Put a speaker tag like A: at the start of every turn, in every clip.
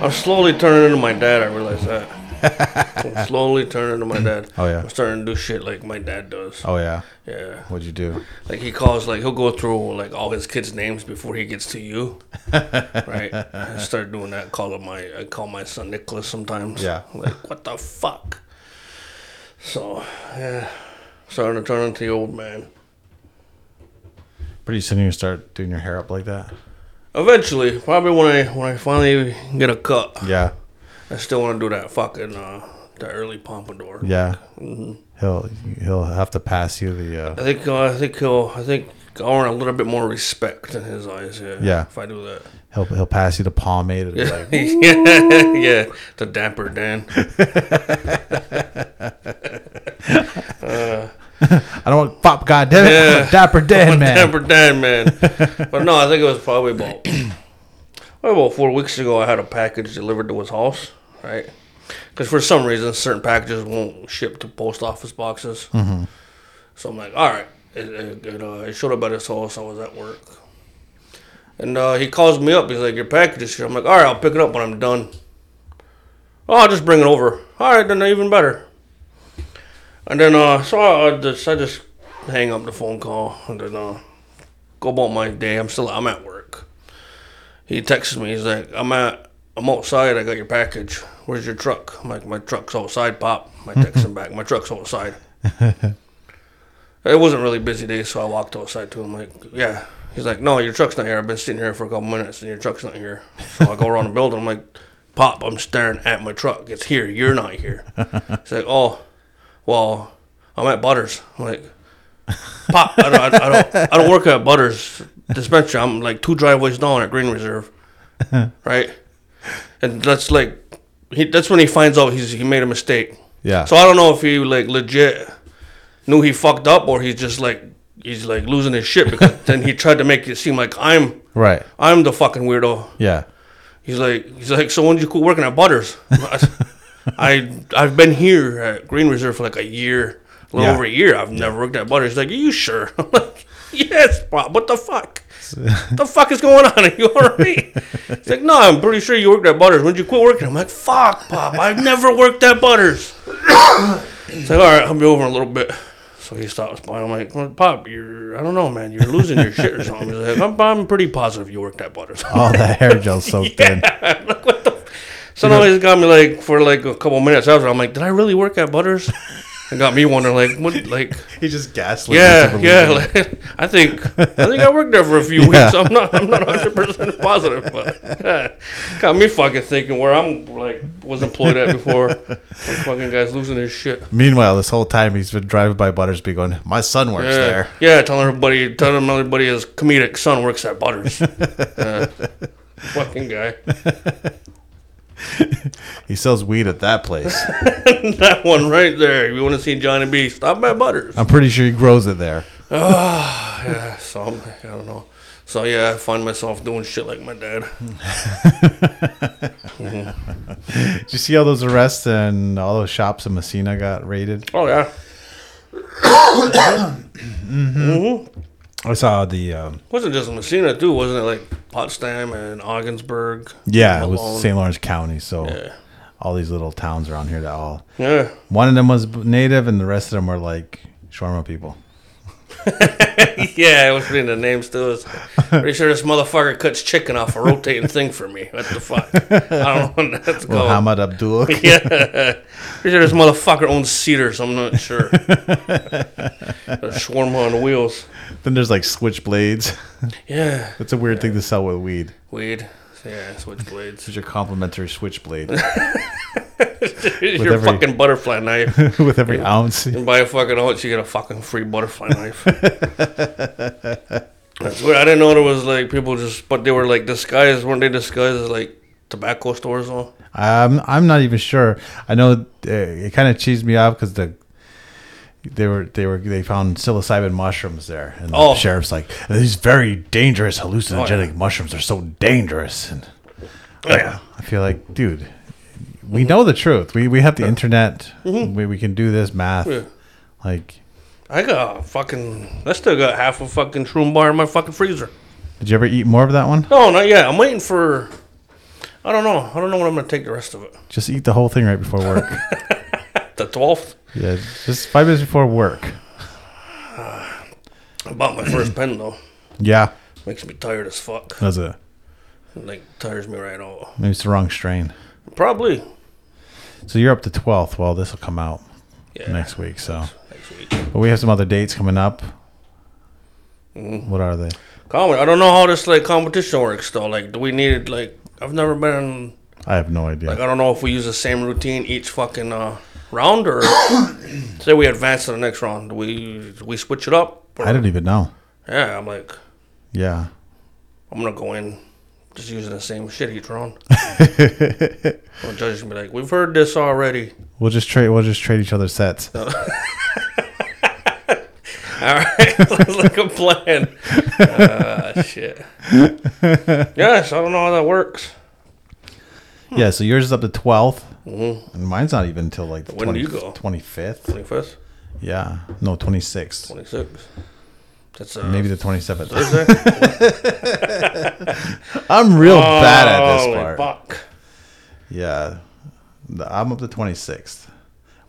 A: I'm slowly turning into my dad. I realize that. I'm slowly turning into my dad.
B: Oh, yeah.
A: I'm starting to do shit like my dad does.
B: Oh yeah.
A: Yeah.
B: What'd you do?
A: Like he calls, like he'll go through like all his kids' names before he gets to you, right? I start doing that. Call him my, I call my son Nicholas sometimes.
B: Yeah.
A: Like what the fuck? So yeah, starting to turn into the old man.
B: Pretty soon you start doing your hair up like that.
A: Eventually, probably when I when I finally get a cut,
B: Yeah.
A: I still want to do that fucking uh, the early pompadour.
B: Yeah. Mm-hmm. He'll he'll have to pass you the.
A: I
B: Uh,
A: think uh, I think he'll I think I'll earn a little bit more respect in his eyes. Yeah.
B: Yeah.
A: If I do that.
B: he'll he'll pass you the pomade. And be like,
A: yeah, yeah, the dapper Dan.
B: I don't want pop. God damn it! I'm a
A: Yeah.
B: dapper dead man.
A: Dapper Dan, man. But no, I think it was probably about probably about four weeks ago. I had a package delivered to his house, right? Because for some reason, certain packages won't ship to post office boxes.
B: Mm-hmm.
A: So I'm like, all right. It, it, it, uh, it showed up at his house. I was at work, and uh, he calls me up. He's like, "Your package is here." I'm like, "All right, I'll pick it up when I'm done." Oh, I'll just bring it over. All right, then even better. And then, uh, so I, I just, I just hang up the phone call and then, uh, go about my day. I'm still, I'm at work. He texts me. He's like, I'm at, I'm outside. I got your package. Where's your truck? I'm like, my truck's outside, pop. I text him back. My truck's outside. it wasn't really busy day, so I walked outside to him. Like, yeah. He's like, no, your truck's not here. I've been sitting here for a couple minutes, and your truck's not here. So I go around the building. I'm like, pop, I'm staring at my truck. It's here. You're not here. He's like, oh, well, I'm at Butters. I'm like, pop, I don't, I, don't- I don't, I don't work at Butters dispensary. I'm like two driveways down at Green Reserve, right? And that's like, he, that's when he finds out he's he made a mistake.
B: Yeah.
A: So I don't know if he like legit knew he fucked up or he's just like he's like losing his shit because then he tried to make it seem like I'm
B: right.
A: I'm the fucking weirdo.
B: Yeah.
A: He's like, he's like, so when did you quit working at Butters? I, I have been here at Green Reserve for like a year, a little
B: Yeah.
A: over a year. I've never worked at Butters. He's like, are you sure? I'm like, yes, Bob. What the fuck? the fuck is going on? Are you alright? He's like, no, I'm pretty sure you worked at Butters. When did you quit working? I'm like, fuck, Pop. I've never worked at Butters. He's like, all right, I'll be over in a little bit. So he stops by. I'm like, well, Pop, you're, I don't know, man. You're losing your shit or something. He's like, I'm, I'm pretty positive you worked at Butters.
B: Oh, the hair gel's so thin.
A: So now he's got me like for like a couple minutes after. I'm like, did I really work at Butters? It got me wondering, like, what, like,
B: He just gaslit.
A: yeah, yeah. Like, I think, I think I worked there for a few weeks. I'm not, I'm not 100 percent positive, but yeah, got me fucking thinking where I'm like was employed at before. Some fucking guy's losing his shit.
B: Meanwhile, this whole time he's been driving by Buttersby, going, "My son works
A: Yeah,
B: there."
A: yeah. Telling everybody, telling everybody his comedic son works at Butters. Yeah. fucking guy.
B: He sells weed at that place.
A: That one right there. If you want to see Johnny B, stop at Butters.
B: I'm pretty sure he grows it there.
A: So I'm, I don't know. So yeah, I find myself doing shit like my dad.
B: Did you see all those arrests and all those shops in Messina got raided?
A: Oh yeah.
B: I saw the um,
A: Wasn't just Messina too, wasn't it? Like Potsdam and Augsburg.
B: yeah, it was
A: Malone.
B: St. Lawrence County, so
A: Yeah.
B: all these little towns around here that all
A: Yeah.
B: one of them was native and the rest of them were like shawarma people.
A: yeah, I was reading the names too. It's- Pretty sure this motherfucker cuts chicken off a rotating thing for me. What the fuck? I don't know what that's called.
B: Muhammad Abdul.
A: yeah. Pretty sure this motherfucker owns Cedars. I'm not sure. A shawarma on wheels.
B: then there's like switchblades.
A: Yeah.
B: That's a weird thing to sell with weed.
A: Weed. Yeah, switchblades.
B: It's your complimentary switchblade
A: Here's your
B: every-
A: fucking butterfly knife.
B: with every ounce.
A: You buy a fucking ounce, you get a fucking free butterfly knife. That's weird. I didn't know there was like people just, but they were like disguised. Weren't they disguised as like tobacco stores though?
B: I'm I'm not even sure. I know uh, it kind of cheesed me off because the they were they were they found psilocybin mushrooms there, and the
A: Oh.
B: sheriff's like these very dangerous hallucinogenic mushrooms are so dangerous, and
A: Oh, Yeah. Mm-hmm.
B: I feel like dude, we know the truth. We we have the internet. We we can do this math.
A: Yeah.
B: Like,
A: I got a fucking. I still got half a fucking shroom bar in my fucking freezer.
B: did you ever eat more of that one?
A: No, not yet. I'm waiting for. I don't know. I don't know what I'm gonna take the rest of it.
B: Just eat the whole thing right before work.
A: The twelfth.
B: yeah, just five minutes before work.
A: I bought my first pen though.
B: Yeah,
A: Makes me tired as fuck.
B: that's it.
A: Like tires me right out.
B: Maybe it's the wrong strain.
A: Probably.
B: So you're up to 12th. Well, this will come out
A: Yeah.
B: next week. So,
A: Next week.
B: but we have some other dates coming up.
A: Mm.
B: What are they?
A: Comment. I don't know how this like competition works though. Like, do we need like? I've never been.
B: I have no idea.
A: Like, I don't know if we use the same routine each fucking uh, round or say we advance to the next round. Do we do we switch it up? Or,
B: I don't even know.
A: yeah, I'm like,
B: Yeah.
A: I'm gonna go in just using the same shit each round. the judge will be like, we've heard this already.
B: We'll just trade. We'll just trade each other sets.
A: All right, sounds like a plan. Ah, shit. yes, I don't know how that works.
B: Yeah. So yours is up to 12th and mine's not even till like the
A: Mm-hmm. When do you go?
B: 25th.
A: Twenty fifth,
B: Yeah. No, 26th.
A: twenty sixth. That's uh,
B: Maybe the 27th.
A: Thursday.
B: I'm real bad at this
A: Holy
B: part.
A: Fuck.
B: Yeah, The- I'm up to 26th,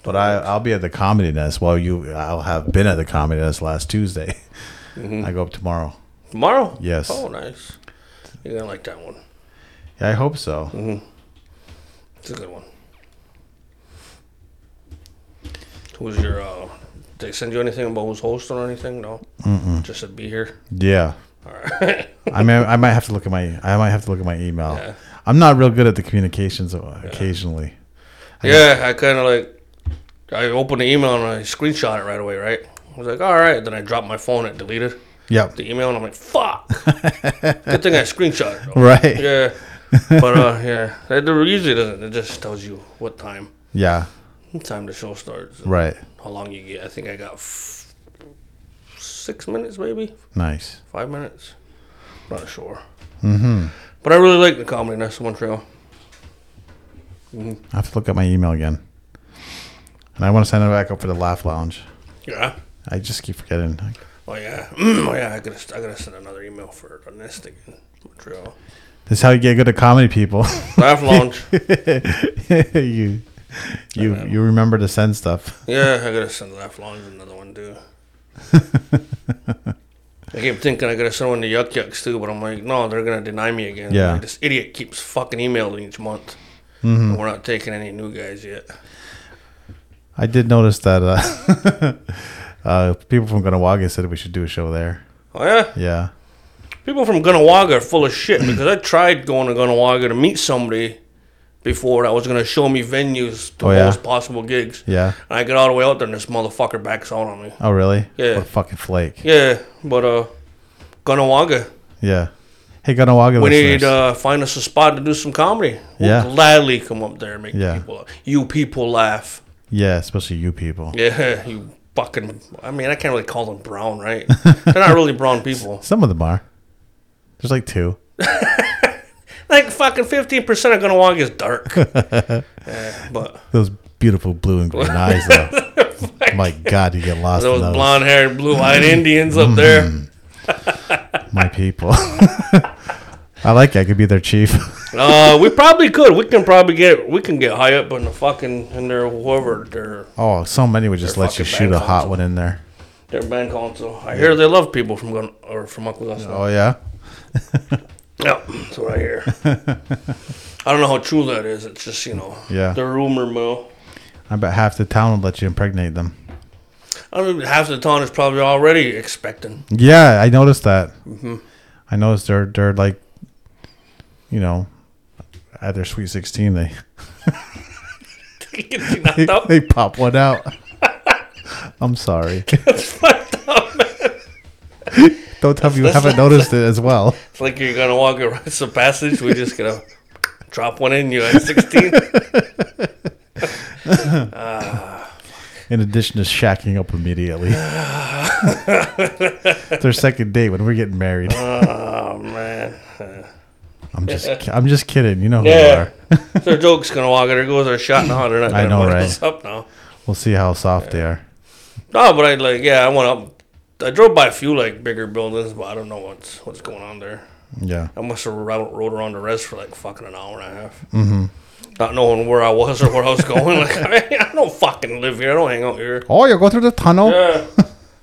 B: but I I'll be at the Comedy Nest. Well, you I'll have been at the Comedy Nest last Tuesday. I go up tomorrow.
A: Tomorrow?
B: Yes.
A: Mm-hmm. Oh, nice. You're going to like that one.
B: Yeah, I hope so.
A: Mm-hmm. It's a good one. Who's your, uh, did they send you anything about who's hosting or anything? No? mm Just said be here.
B: Yeah,
A: All right.
B: I mean I might have to look at my I might have to look at my email.
A: Yeah.
B: I'm not real good at the communications o- occasionally.
A: yeah, I kind of like, I opened the email and I screenshot it right away, right? I was like, all right. Then I dropped my phone, it deleted
B: Yep.
A: the email, and I'm like, fuck. good thing I screenshot it. though.
B: Right. Yeah.
A: Yeah. But, uh, yeah. It usually doesn't. It just tells you what time. Time the show starts.
B: Right.
A: how long you get. I think I got f- six minutes, maybe
B: Nice.
A: five minutes. Not sure. Mm-hmm. But I really like the comedy Nest in Montreal.
B: I have to look at my email again, and I want to sign it back up for the Laugh Lounge.
A: Yeah.
B: I just keep forgetting.
A: Oh yeah. oh yeah. I gotta I gotta send another email for the Nest again. Montreal.
B: This is how you get good at comedy, people.
A: Laugh Lounge.
B: you you you remember to send stuff.
A: yeah, I gotta send Laugh Lounge another one too. I keep thinking I gotta send one to Yuck Yucks too, but I'm like, no, they're gonna deny me again.
B: Yeah.
A: Like, this idiot keeps fucking emailing each month. And we're not taking any new guys yet.
B: I did notice that uh, uh, people from Gunawaga said we should do a show there.
A: Oh yeah.
B: Yeah.
A: People from Gunawaga are full of shit because I tried going to Gunawaga to meet somebody before that was going to show me venues to
B: Oh, yeah?
A: host possible gigs.
B: Yeah.
A: And I get all the way out there and this motherfucker backs out on me.
B: Oh really?
A: Yeah.
B: What a fucking flake.
A: Yeah, but uh, Gunawaga,
B: Yeah. Hey Gunawaga
A: we
B: listeners.
A: need uh, find us a spot to do some comedy. We'll
B: Yeah.
A: gladly come up there and make
B: Yeah.
A: people, you people laugh.
B: yeah, especially you people.
A: Yeah, you fucking. I mean, I can't really call them brown, right? They're not really brown people.
B: Some of them are. There's like two.
A: Like fucking fifteen percent of Gunawaga is dark. yeah, but.
B: Those beautiful blue and green eyes though. My God, you get lost in
A: Those
B: those.
A: blonde haired, blue eyed Indians up there.
B: Mm-hmm. My people. I like it. I could be their chief.
A: Uh, we probably could. We can probably get we can get high up in the fucking in their whoever their
B: Oh, so many would just
A: They're
B: let you
A: fucking
B: shoot a
A: bad
B: hot
A: guys.
B: one in there.
A: their band console. I hear they love people from Gun or from Uncle
B: Oh yeah.
A: Yeah, that's what I hear. I don't know how true that is. It's just you know
B: Yeah.
A: the rumor mill.
B: I bet half the town will let you impregnate them.
A: I mean, half the town is probably already expecting.
B: Yeah, I noticed that.
A: Mm-hmm.
B: I noticed they're they're like, you know, at their sweet sixteen, they
A: Getting knocked up.
B: they pop one out. I'm sorry. Don't tell me you
A: That's
B: haven't noticed it as well.
A: It's like you're gonna walk around the passage. We're just gonna drop one in you at 16.
B: In addition to shacking up immediately, it's their second date when we're getting married.
A: oh man. Uh,
B: I'm just ki- I'm just kidding. You know who you
A: Yeah.
B: are.
A: their joke's gonna walk. There goes their shot. No, they're not.
B: I
A: Gonna
B: know,
A: put
B: right?
A: us Up now.
B: We'll see how soft they are.
A: No, but I like. Yeah, I went up. I drove by a few like bigger buildings, but I don't know what's what's going on there.
B: Yeah.
A: I must have rode, rode around the res for like fucking an hour and a half. Mm-hmm. Not knowing where I was or where I was going. like, I, don't fucking live here. I don't hang out here.
B: Oh, you go through the tunnel.
A: Yeah.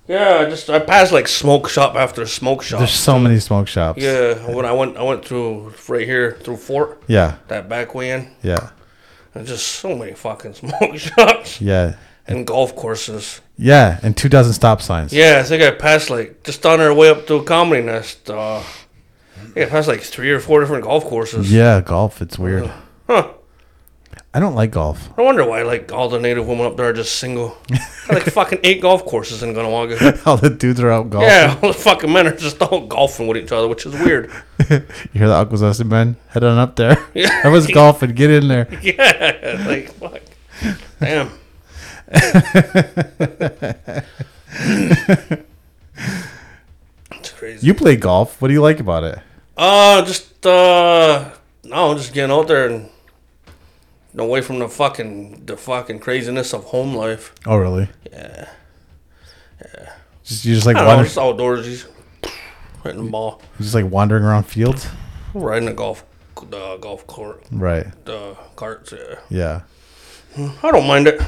A: Yeah, I just I passed like smoke shop after smoke shop.
B: There's so many smoke shops.
A: yeah, when I went I went through right here through Fort
B: Yeah.
A: that back way in.
B: Yeah.
A: There's just so many fucking smoke shops
B: Yeah.
A: and golf courses.
B: Yeah. And two dozen stop signs.
A: Yeah, I think I passed like just on our way up to Comedy Nest. Uh, yeah, I passed like three or four different golf courses.
B: Yeah, golf. It's weird.
A: Uh, Huh.
B: I don't like golf.
A: I wonder why like all the native women up there are just single. Got, like fucking eight golf courses in Gunawaga.
B: All the dudes are out golfing.
A: Yeah, all the fucking men are just all golfing with each other, which is weird.
B: You hear the Aquas Austin man? Head on up there.
A: Yeah.
B: I was golfing. Get in there.
A: Yeah, like fuck. Damn. it's crazy.
B: You play golf. What do you like about it?
A: Uh, just uh, no, just getting out there and getting away from the fucking the fucking craziness of home life.
B: Oh, really?
A: Yeah,
B: Just you just like
A: I don't know,
B: wander,
A: just outdoorsy, hitting the ball,
B: you just like wandering around fields.
A: riding the golf the golf cart
B: Right.
A: the carts. Yeah,
B: Yeah.
A: I don't mind it.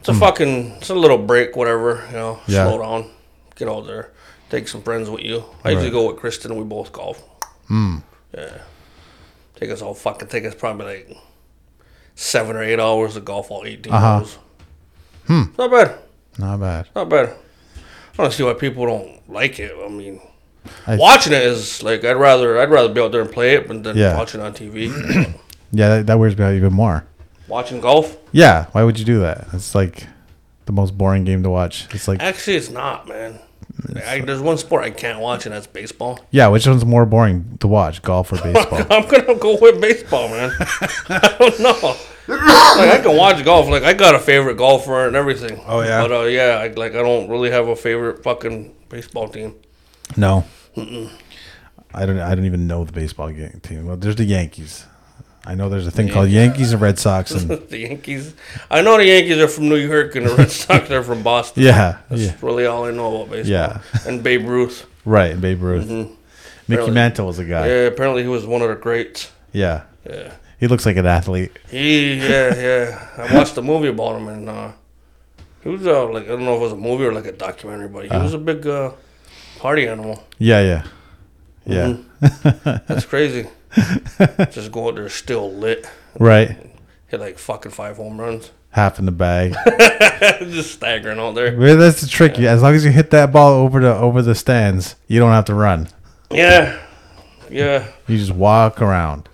A: It's a fucking it's a little break, whatever you know.
B: Hmm. Yeah.
A: Slow down, get out there, take some friends with you. I usually
B: Right. Hmm.
A: go with Kristen. and We both golf. Yeah. Take us all fucking take us probably like seven or eight hours to golf all 18
B: Uh-huh.
A: holes. Hmm. Not bad.
B: Not bad.
A: Not bad. I don't see why people don't like it. I mean,
B: I-
A: watching it is like I'd rather I'd rather be out there and play it, but then
B: Yeah.
A: watching on TV,
B: Yeah, that, that weirds me out even more.
A: watching golf.
B: Yeah. Why would you do that? It's like the most boring game to watch. It's like
A: Actually, it's not, man. I, there's one sport I can't watch, and that's baseball.
B: yeah. Which one's more boring to watch? Golf or baseball?
A: I'm gonna go with baseball, man. I don't know. Like I can watch golf. Like I got a favorite golfer and everything.
B: Oh, yeah?
A: But uh, yeah, I, like I don't really have a favorite fucking baseball team.
B: no. I don't. I don't even know the baseball ga- team. Well, there's the Yankees. I know there's a thing called Yankees and Red Sox, and
A: the Yankees. I know the Yankees are from New York and the Red Sox are from Boston.
B: yeah,
A: That's
B: yeah,
A: really all I know about baseball.
B: Yeah.
A: And Babe Ruth.
B: right. and Babe Ruth, Mickey
A: Mm-hmm. Really?
B: Mantle was a guy.
A: Yeah. Apparently he was one of the greats.
B: Yeah.
A: Yeah.
B: He looks like an athlete.
A: He, yeah, yeah. I watched a movie about him, and uh, he was uh, like I don't know if it was a movie or like a documentary, but he was a big uh, party animal. Mm-hmm.
B: Yeah, yeah. Yeah.
A: That's crazy. Just go out there still lit,
B: Right.
A: hit like fucking five home runs,
B: Half in the bag.
A: just staggering out there.
B: Well, that's the trick. As long as you hit that ball over the over the stands, you don't have to run.
A: Yeah, yeah.
B: You just walk around.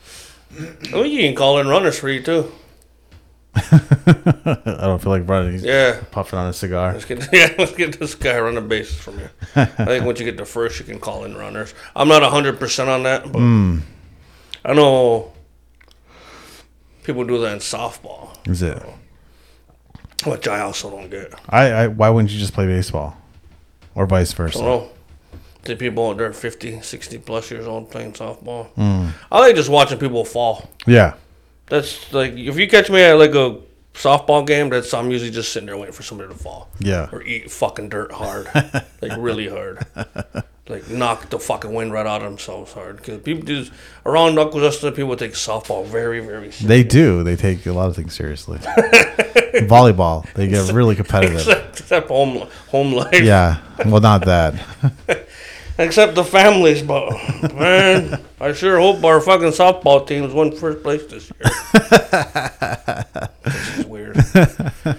A: Well, you can call in runners for you too.
B: I don't feel like running. He's
A: Yeah.
B: puffing on a cigar.
A: Let's get, yeah, let's get this guy on the bases from you. I think once you get to first, you can call in runners. I'm not 100% on that, but I know people do that in softball,
B: Is it?
A: which I also don't get. I
B: I, I why wouldn't you just play baseball, or vice
A: don't
B: versa?
A: know. The people out there 50, 60 plus years old playing softball. I like just watching people fall.
B: Yeah.
A: That's like, if you catch me at like a softball game, that's I'm usually just sitting there waiting for somebody to fall.
B: Yeah.
A: or eat fucking dirt hard, like really hard, like knock the fucking wind right out of themselves hard. Because people just around Aquasesta, people take softball very, very seriously.
B: They do. They take a lot of things seriously. Volleyball. They get really competitive.
A: Except, except home home life,
B: Yeah. Well, not that.
A: except the families. But man, I sure hope our fucking softball teams won first place this year. Which is weird. what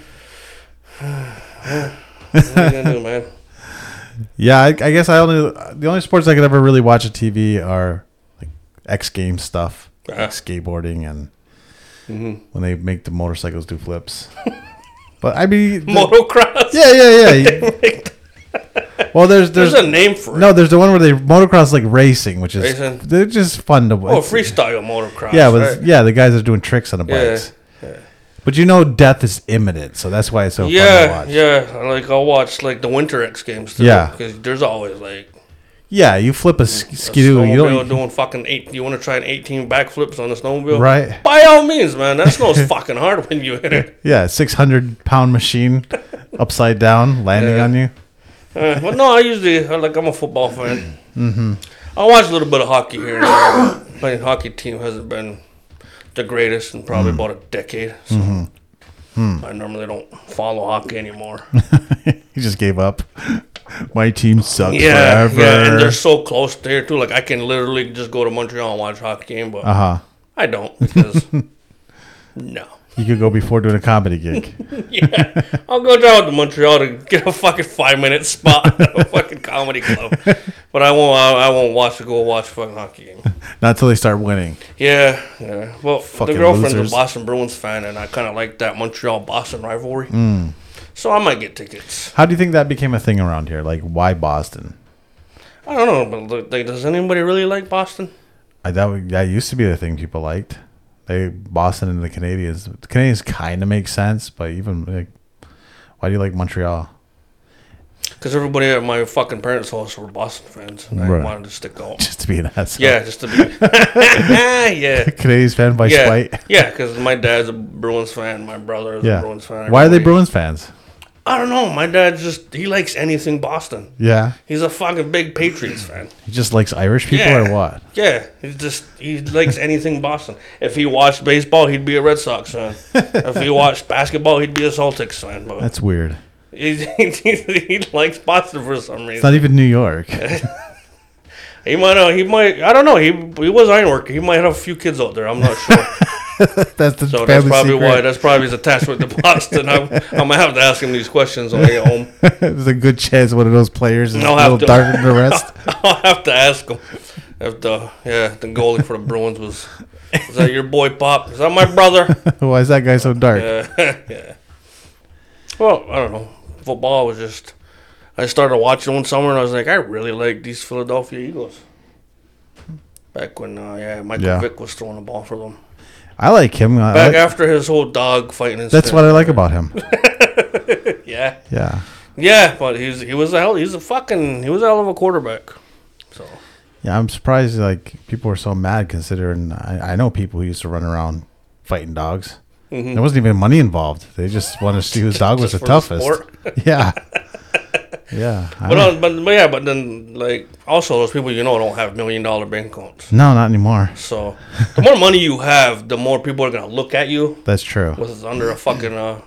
A: are you gonna do, man?
B: Yeah. I, I guess I only the only sports I could ever really watch on TV are like X Games stuff, like
A: Ah.
B: skateboarding, and
A: Mm-hmm.
B: when they make the motorcycles do flips. but I mean, the-
A: Motocross.
B: yeah, yeah, yeah. Well, there's there's.
A: There's a name for it.
B: no, there's the one where they motocross like racing, which is
A: Racing.
B: they're just fun to
A: oh,
B: watch.
A: freestyle motocross.
B: Yeah, but
A: right?
B: yeah, the guys are doing tricks on the
A: Yeah,
B: bikes. But you know, death is imminent, so that's why it's so fun to
A: Yeah,
B: watch. Yeah.
A: yeah. I Like I'll watch like the Winter X Games. Too,
B: Yeah.
A: because there's always like
B: you flip a sk-
A: a
B: skidoo, you
A: snowmobile
B: don't,
A: doing fucking eight. You want to try an 18 backflips on a snowmobile?
B: right?
A: By all means, man. That snow's fucking hard when you hit it.
B: Yeah, six hundred pound machine upside down landing
A: Yeah.
B: on you.
A: Uh, well, no, I usually I like I'm a football fan. Mm-hmm. I watch a little bit of hockey here. and there. Playing hockey team hasn't been the greatest in probably about a decade. So I normally don't follow hockey anymore.
B: He just gave up. My team sucks
A: yeah,
B: forever.
A: yeah, and they're so close there too. Like I can literally just go to Montreal and watch a hockey game, but
B: uh huh.
A: I don't because no.
B: You could go before doing a comedy gig.
A: Yeah, I'll go down to Montreal to get a fucking five minute spot at a fucking comedy club, but I won't. I, I won't watch go watch a fucking hockey game.
B: Not till they start winning.
A: Yeah, yeah. Well,
B: Fucking
A: the girlfriend's
B: losers.
A: a Boston Bruins fan, and I kind of like that Montreal Boston rivalry. Mm. So I might get tickets.
B: How do you think that became a thing around here? Like, why Boston?
A: I don't know, but look, like, does anybody really like Boston?
B: I that would- that used to be the thing people liked. They Boston and the Canadians. The Canadians kind of make sense, but even like, why do you like Montreal?
A: Because everybody at my fucking parents' house were Boston fans, and
B: Right.
A: I wanted to stick out.
B: Just to be an asshole.
A: yeah, just to be. yeah.
B: Canadians fan by
A: Yeah,
B: spite.
A: yeah, because my dad's a Bruins fan, my brother is
B: Yeah.
A: a Bruins fan.
B: why are they
A: everybody-
B: Bruins fans?
A: I don't know. My dad just he likes anything Boston.
B: Yeah,
A: He's a fucking big Patriots fan.
B: he just likes Irish people
A: Yeah.
B: or what?
A: Yeah, he just he likes anything Boston. If he watched baseball, he'd be a Red Sox fan. if he watched basketball, he'd be a Celtics fan. But
B: That's weird.
A: he, he, he likes Boston for some
B: It's
A: reason.
B: not even New York.
A: He might uh, he might I don't know. He he was ironworker. He might have a few kids out there. I'm not sure.
B: that's the
A: So that's
B: family
A: probably
B: secret.
A: why. That's probably his attachment to Boston. I'm, I'm gonna have to ask him these questions when I get home.
B: There's a good chance one of those players is a
A: I'll have
B: little
A: to-
B: darker than the rest.
A: I'll have to ask him if the yeah the goalie for the Bruins was is that your boy Pop? Is that my brother?
B: why is that guy so dark?
A: Yeah, yeah. Well, I don't know. Football was just. I started watching one summer and I was like, I really like these Philadelphia Eagles. Back when, uh, yeah, Michael
B: Yeah.
A: Vick was throwing the ball for them.
B: I like him. I
A: Back
B: like-
A: after his whole dog fighting.
B: that's what I like about him.
A: Yeah,
B: Yeah.
A: yeah, but he's he was a hell. He's a fucking. He was a hell of a quarterback. So
B: Yeah, I'm surprised like people were so mad considering I, I know people who used to run around fighting dogs. There wasn't even money involved. They just wanted to see whose dog was
A: Just
B: the
A: Mm-hmm. for the
B: toughest.
A: sport.
B: yeah. Yeah. I
A: But,
B: don't-
A: uh, but but yeah, but then like also those people you know don't have million dollar bank accounts.
B: no, not anymore.
A: So the more money you have, the more people are gonna look at you
B: That's true.
A: with under a fucking uh,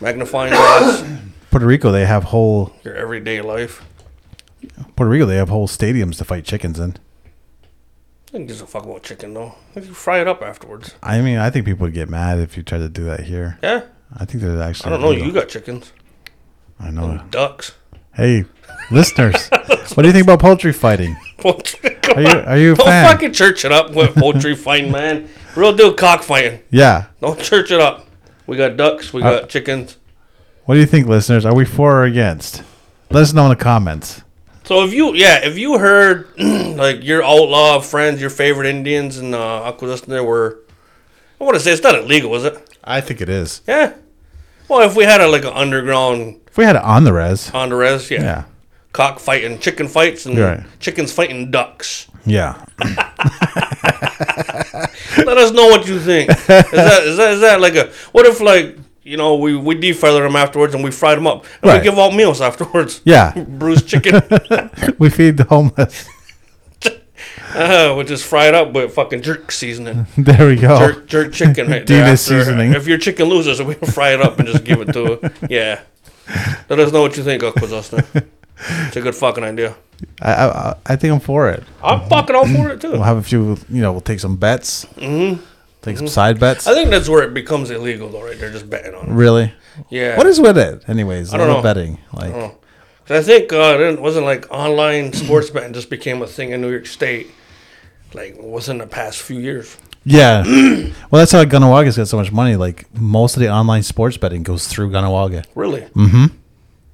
A: magnifying glass.
B: Puerto Rico they have whole
A: Your everyday life.
B: Puerto Rico they have whole stadiums to fight chickens in.
A: I think gives a fuck about chicken though. I think You fry it up afterwards.
B: I mean, I think people would get mad if you tried to do that here.
A: Yeah,
B: I think there's actually
A: I don't know.
B: legal.
A: You Oh. got chickens,
B: I know.
A: ducks.
B: Hey, listeners, what do you think about poultry fighting?
A: Poultry.
B: Are you are you a
A: Don't
B: fan?
A: fucking church it up with poultry fighting, man. Real deal cockfighting.
B: Yeah.
A: Don't church it up. We got ducks. We
B: Uh.
A: got chickens.
B: What do you think, listeners? Are we for or against? Let us know in the comments.
A: So if you yeah, if you heard like your outlaw friends, your favorite Indians and uh Aqualis there were I wanna say it's not illegal, is it?
B: I think it is.
A: Yeah. Well if we had a like an underground
B: If we had it on the res,
A: Honduras, yeah.
B: yeah,
A: Cock fighting, chicken fights and
B: Right.
A: chickens fighting ducks.
B: yeah,
A: Let us know what you think. Is that is that is that like a what if like you know, we, we defeathered them afterwards and we fried them up. And
B: Right.
A: We give out meals afterwards.
B: yeah.
A: Bruised chicken,
B: we feed the homeless.
A: uh, which is fried up with fucking jerk seasoning.
B: there we go.
A: jerk, jerk chicken right
B: Do
A: there.
B: this
A: after-
B: Oh. seasoning.
A: If your chicken loses, we can fry it up and just give it to her. Yeah. Let us know what you think, Aquazasta. It's a good fucking idea.
B: I, I I- I think I'm for it.
A: I'm fucking all for it too.
B: We'll have a few. You know, we'll take some bets. Mm-hmm. Take some side bets.
A: I think that's where it becomes illegal though, right? They're just betting on it.
B: really.
A: Yeah.
B: What is with it, anyways? I Oh.
A: don't know.
B: Betting, like,
A: 'Cause I think uh, it wasn't like online sports betting just became a thing in New York State, like within the past few years.
B: yeah. well, that's how Gunawagas got so much money. Like, most of the online sports betting goes through Gunawaga.
A: Really? Mm-hmm.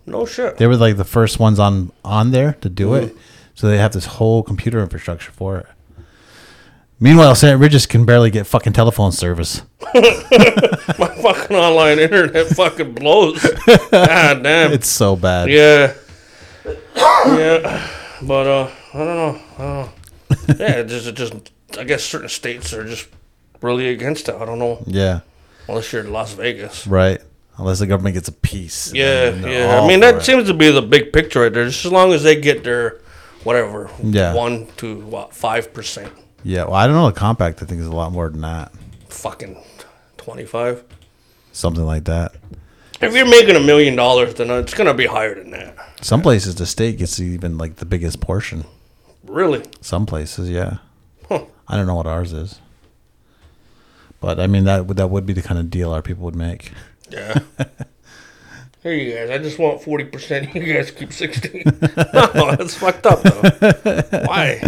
A: No shit.
B: they were like the first ones on on there to do it
A: Mm-hmm.
B: so they have this whole computer infrastructure for it meanwhile st regis can barely get fucking telephone service
A: My fucking online internet fucking blows. God damn.
B: it's so bad
A: Yeah. yeah. But uh I don't know. I don't know. Yeah, it just it just I guess certain states are just really against it. I don't know.
B: Yeah,
A: Unless you're in Las Vegas.
B: right unless the government gets a piece.
A: Yeah,
B: And they're
A: yeah. I
B: all
A: mean,
B: for
A: that
B: it.
A: seems to be the big picture right there. Just as long as they get their whatever,
B: Yeah.
A: one to what five percent,
B: Yeah, well, I don't know. The compact, I think, is a lot more than that.
A: fucking twenty five.
B: Something like that.
A: If you're making a million dollars, then it's gonna be higher than that.
B: Some places, the state gets even like the biggest portion.
A: Really?
B: Some places, yeah.
A: Huh.
B: I don't know what ours is, but I mean that would that would be the kind of deal our people would make.
A: Yeah. Here you guys. I just want forty percent. You guys keep sixteen. no, that's fucked up though. Why?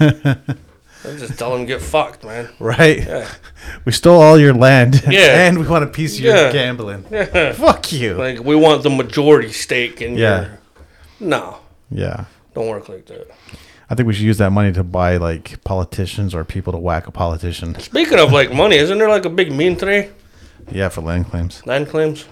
A: I'm just telling them get fucked, man.
B: Right?
A: Yeah.
B: We stole all your land.
A: Yeah.
B: and we want a piece of
A: Yeah.
B: your gambling.
A: Yeah.
B: Fuck you.
A: Like we want the majority stake in
B: Yeah.
A: your No.
B: yeah.
A: Don't work like that.
B: I think we should use that money to buy like politicians or people to whack a politician.
A: Speaking of like money, isn't there like a big meme today?
B: Yeah, for land claims.
A: Land claims?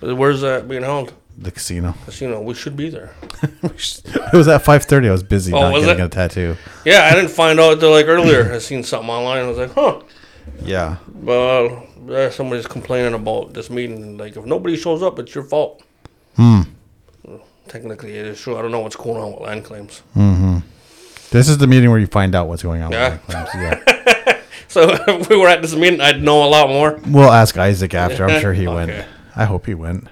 A: Where's that being held?
B: The casino.
A: 'Cause, you know, we should be there.
B: it was at five thirty. I was busy
A: Oh,
B: not
A: was
B: getting
A: it?
B: a tattoo.
A: Yeah, I didn't find out till like earlier. I seen something online. I was like, huh.
B: Yeah.
A: Well, uh, somebody's complaining about this meeting. Like, if nobody shows up, it's your fault. Hmm. Technically, it is true. I don't know what's going on with land claims.
B: This is the meeting where you find out what's going on. with
A: Yeah.
B: land claims, yeah.
A: So if we were at this meeting, I'd know a lot more.
B: we'll ask Isaac after. I'm sure he went.
A: Okay.
B: I hope he went.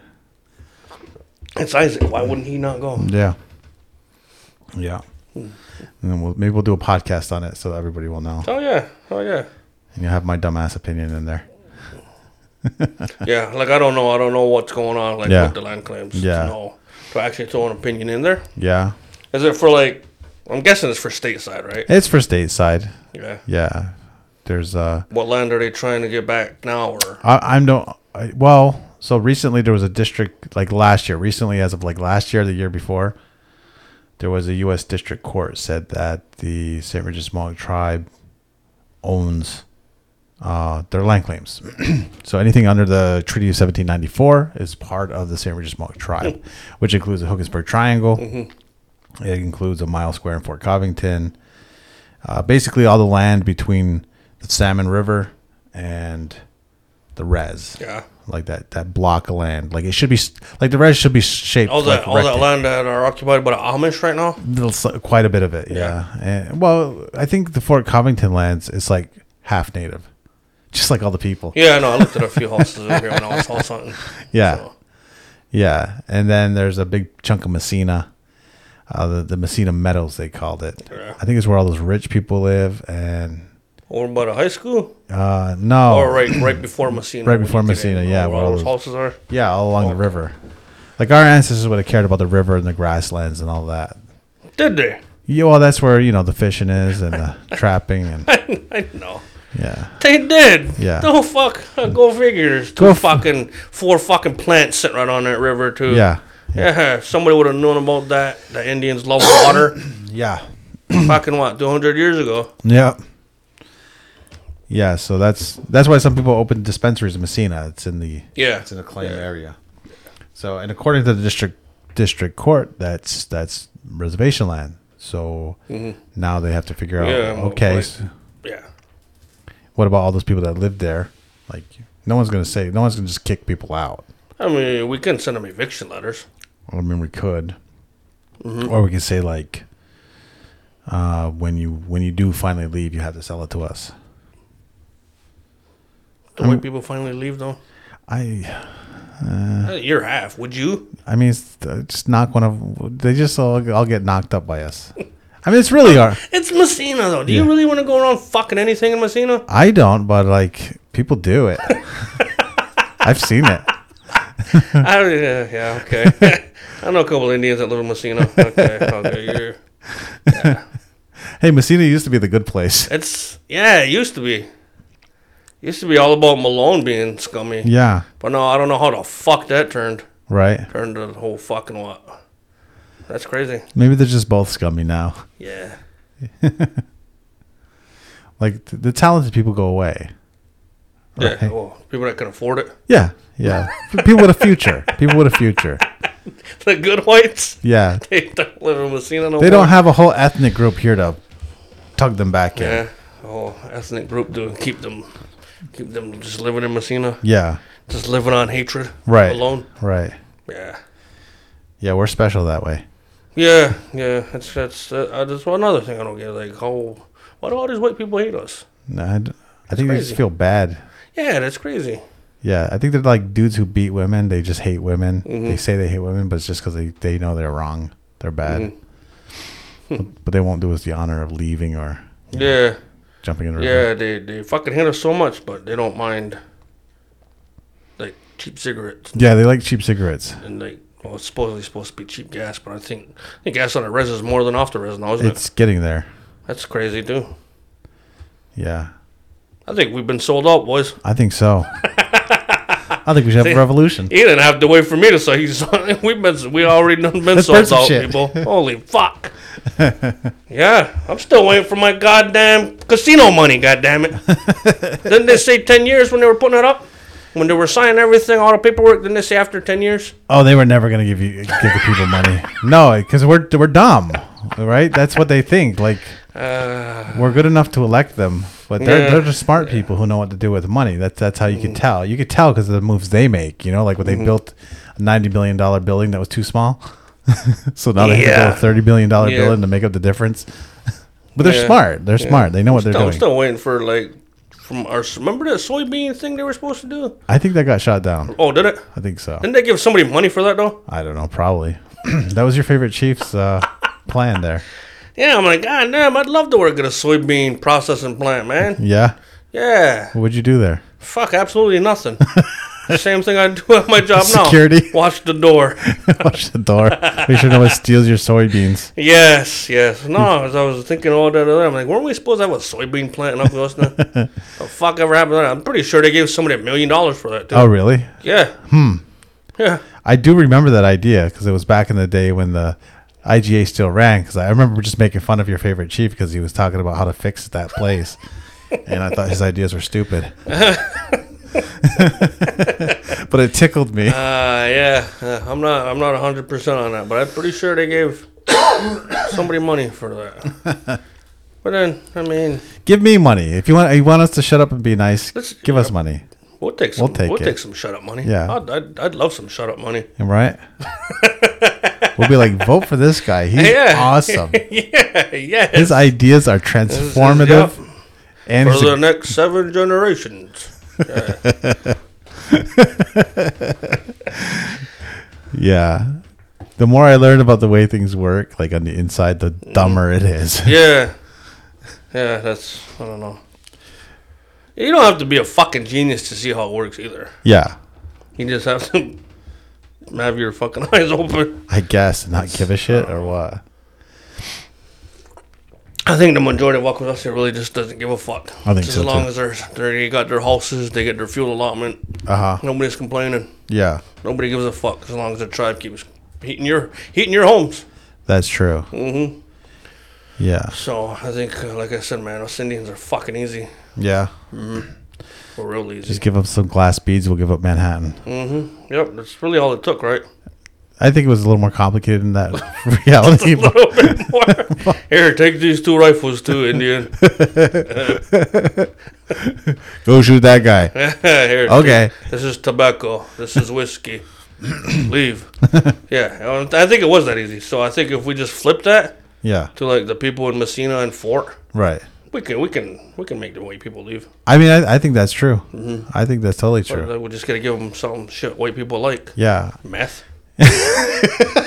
A: It's Isaac. Why wouldn't he not go?
B: Yeah. Yeah.
A: Hmm.
B: And then we'll, maybe we'll do a podcast on it so that everybody will know.
A: Oh yeah. Oh yeah.
B: And you'll have my dumbass opinion in there.
A: Yeah. Like I don't know. I don't know what's going on. Like
B: Yeah.
A: with the land claims.
B: Yeah.
A: No. To actually throw an opinion in there.
B: Yeah.
A: Is it for like? I'm guessing it's for stateside, right?
B: It's for stateside.
A: Yeah.
B: Yeah. There's uh
A: What land are they trying to get back now? Or
B: I, I'm no I, well. So recently there was a district like last year. Recently, as of like last year, the year before, there was a U.S. district court said that the St. Regis Mohawk tribe owns uh, their land claims. so anything under the Treaty of 1794 is part of the St. Regis Mohawk tribe, which includes the Hookensburg Triangle.
A: Mm-hmm.
B: It includes a mile square in Fort Covington. Uh, basically, all the land between the Salmon River and the res
A: yeah.
B: like that that block of land like it should be s- like the res should be shaped
A: All that
B: like
A: all that land that are occupied by the Amish right now.
B: rectangle- s- quite a bit of it yeah, And, well i think the fort covington lands is like half native just like all the people
A: Yeah, no, I looked at a few houses over here when I was house hunting.
B: yeah
A: So,
B: yeah and then there's a big chunk of messina uh, the, the messina meadows they called it
A: Yeah.
B: i think it's where all those rich people live and
A: over by the high school,
B: uh no
A: or Oh, right, right before Messina.
B: Right
A: when
B: before
A: you get in,
B: Messina, yeah,
A: where
B: where
A: all
B: all
A: those
B: those-
A: houses are.
B: yeah all along
A: Oh.
B: the river like our ancestors would have cared about the river and the grasslands and all that
A: Did they?
B: Yeah, well, that's where you know the fishing is and the trapping and
A: I know
B: yeah,
A: they did.
B: Yeah.
A: No fuck. uh, Go figure. There's two
B: Go f-
A: fucking four fucking plants sitting right on that river too.
B: yeah,
A: Yeah, if somebody would have known about that. The Indians love water.
B: yeah,
A: fucking what, 200 years ago?
B: yeah, yeah. So that's that's why some people open dispensaries in Messina. It's in the
A: Yeah.
B: it's in a claim
A: Yeah.
B: area. So and according to the district district court, that's that's reservation land. So now they have to figure out
A: Mm-hmm. Yeah, well,
B: okay,
A: like-
B: s-
A: Yeah.
B: what about all those people that lived there? Like no one's gonna say no one's gonna just kick people out.
A: I mean, we can send them eviction letters.
B: I mean, we could,
A: Mm-hmm.
B: or we could say like, uh, when you when you do finally leave, you have to sell it to us.
A: The
B: Mm.
A: way people finally leave, though.
B: I
A: Uh, You're half. Would you?
B: I mean, it's, uh, just knock one of they just all, all get knocked up by us. I mean, it's really our.
A: It's Messina, though. Do you
B: Yeah.
A: really want to go around fucking anything in Messina?
B: I don't, but like people do it. I've seen it.
A: I, uh, yeah, okay. I know a couple Indians that live in Messina. Okay, okay. You're,
B: Hey, Messina used to be the good place.
A: it's, yeah, it used to be. used to be all about Malone being scummy.
B: Yeah,
A: But no, I don't know how the fuck that turned.
B: right.
A: Turned to the whole fucking what? That's crazy.
B: Maybe they're just both scummy now.
A: Yeah.
B: Like the, the talented people go away.
A: Yeah.
B: Right.
A: Well, people that can afford it.
B: Yeah, yeah. people with a future. People with a future.
A: The good whites.
B: Yeah,
A: They don't live in Messina no more.
B: They don't have a whole ethnic group here to tug them back in.
A: Yeah. Oh, ethnic group to keep them, keep them just living in Messina.
B: Yeah.
A: Just living on hatred.
B: Right.
A: Alone.
B: Right.
A: Yeah.
B: Yeah, we're special that way.
A: Yeah, yeah. That's that's uh, uh, that's one other thing I don't get. Like, how why do all these white people hate us?
B: No, I, d- I think they
A: crazy.
B: just feel bad.
A: Yeah, that's crazy.
B: Yeah, I think they're like dudes who beat women. They just hate women. They say they hate women, but it's just because they, they know they're wrong. They're bad. but, but they won't do us the honor of leaving or
A: Yeah,
B: jumping in the river.
A: yeah. They they fucking hate us so much, but they don't mind like cheap cigarettes
B: Yeah, they like cheap cigarettes.
A: and like well, it's supposedly supposed to be cheap gas, but I think I think gas on the res is more than off the res now, isn't it?
B: It's getting there.
A: That's crazy too.
B: Yeah,
A: I think we've been sold out, boys.
B: I think so. I think we should have a revolution.
A: He didn't have to wait for me to say he's. We've been we already done been
B: Let's
A: sold
B: burn some
A: out,
B: shit.
A: people. Holy fuck! yeah, I'm still waiting for my goddamn casino money. Goddamn it! didn't they say ten years when they were putting it up? When they were signing everything, all the paperwork, didn't they say after ten years?
B: Oh, they were never gonna give you give the people money. No, because we're we're dumb, right? That's what they think. Like
A: Uh,
B: we're good enough to elect them, but they're
A: Yeah.
B: they're just smart people who know what to do with money. That's that's how you could tell. You could tell because of the moves they make. You know, like when they built a ninety million dollar building that was too small, so now they have to
A: Yeah.
B: build a thirty million dollar
A: Yeah.
B: building to make up the difference. But they're
A: Yeah.
B: smart. They're smart. They know what they're
A: No, I'm
B: doing.
A: still waiting for like from our. Remember that soybean thing they were supposed to do?
B: I think that got shot down.
A: Oh, did it?
B: I think so.
A: Didn't they give somebody money for that though?
B: I don't know. Probably that was your favorite Chiefs uh, plan there.
A: Yeah, I'm like, God damn, I'd love to work at a soybean processing plant, man.
B: Yeah.
A: Yeah.
B: What would you do there?
A: Fuck, absolutely nothing. Same thing I do at my job now.
B: Security.
A: Watch the door.
B: Watch the door. Make sure no one steals your soybeans.
A: Yes, yes. No, as I was thinking all that other, I'm like, weren't we supposed to have a soybean plant in Uncle Austin? the fuck ever happened to that? I'm pretty sure they gave somebody a million dollars for that, too.
B: Oh, really?
A: Yeah. Hmm. Yeah.
B: I do remember that idea because it was back in the day when the IGA still ran. Because I remember just making fun of your favorite chief because he was talking about how to fix that place, and I thought his ideas were stupid. but it tickled me.
A: Uh, yeah. Uh, I'm not. I'm not 100 percent on that, but I'm pretty sure they gave somebody money for that. But then, I mean,
B: Give me money if you want. You want us to shut up and be nice.
A: Let's-
B: Give us money,
A: we'll take some. We'll
B: take
A: take,
B: it.
A: some shut up money.
B: Yeah.
A: I'd, I'd, I'd love some shut up money.
B: Am I right? we'll be like, vote for this guy. He's
A: Yeah.
B: awesome.
A: yeah. Yeah.
B: His ideas are
A: This is- yep.
B: transformative, and
A: for
B: he's a
A: the next seven generations.
B: Yeah. The more I learn about the way things work, like on the inside, the dumber it is.
A: Yeah, yeah. That's I don't know. You don't have to be a fucking genius to see how it works either.
B: yeah.
A: You just have to have your fucking eyes open.
B: I guess not give a shit or what.
A: I think the majority of Wakwas here really just doesn't give a fuck.
B: I think
A: just
B: so,
A: as long
B: too.
A: as they're they got their houses, they get their fuel allotment.
B: Uh huh.
A: Nobody's complaining.
B: Yeah,
A: Nobody gives a fuck as long as the tribe keeps heating your heating your homes.
B: that's true.
A: hmm
B: Yeah.
A: So I think, uh, like I said, man, us Indians are fucking easy.
B: Yeah.
A: We're real easy.
B: Just give up some glass beads. We'll give up Manhattan.
A: Yep, that's really all it took, right?
B: I think it was a little more complicated than that reality.
A: A little bit more. Here, take these two rifles too, Indian.
B: Go shoot that guy.
A: Here,
B: Okay.
A: take- This is tobacco. This is whiskey. Leave. Yeah, I don't- I think it was that easy. So I think if we just flip that
B: Yeah.
A: to like the people in Messina and Fort,
B: Right.
A: we can we can we can make the white people leave.
B: I mean, I, I think that's true. I think that's totally true.
A: Like, we just gotta give them some shit white people like
B: Yeah.
A: meth,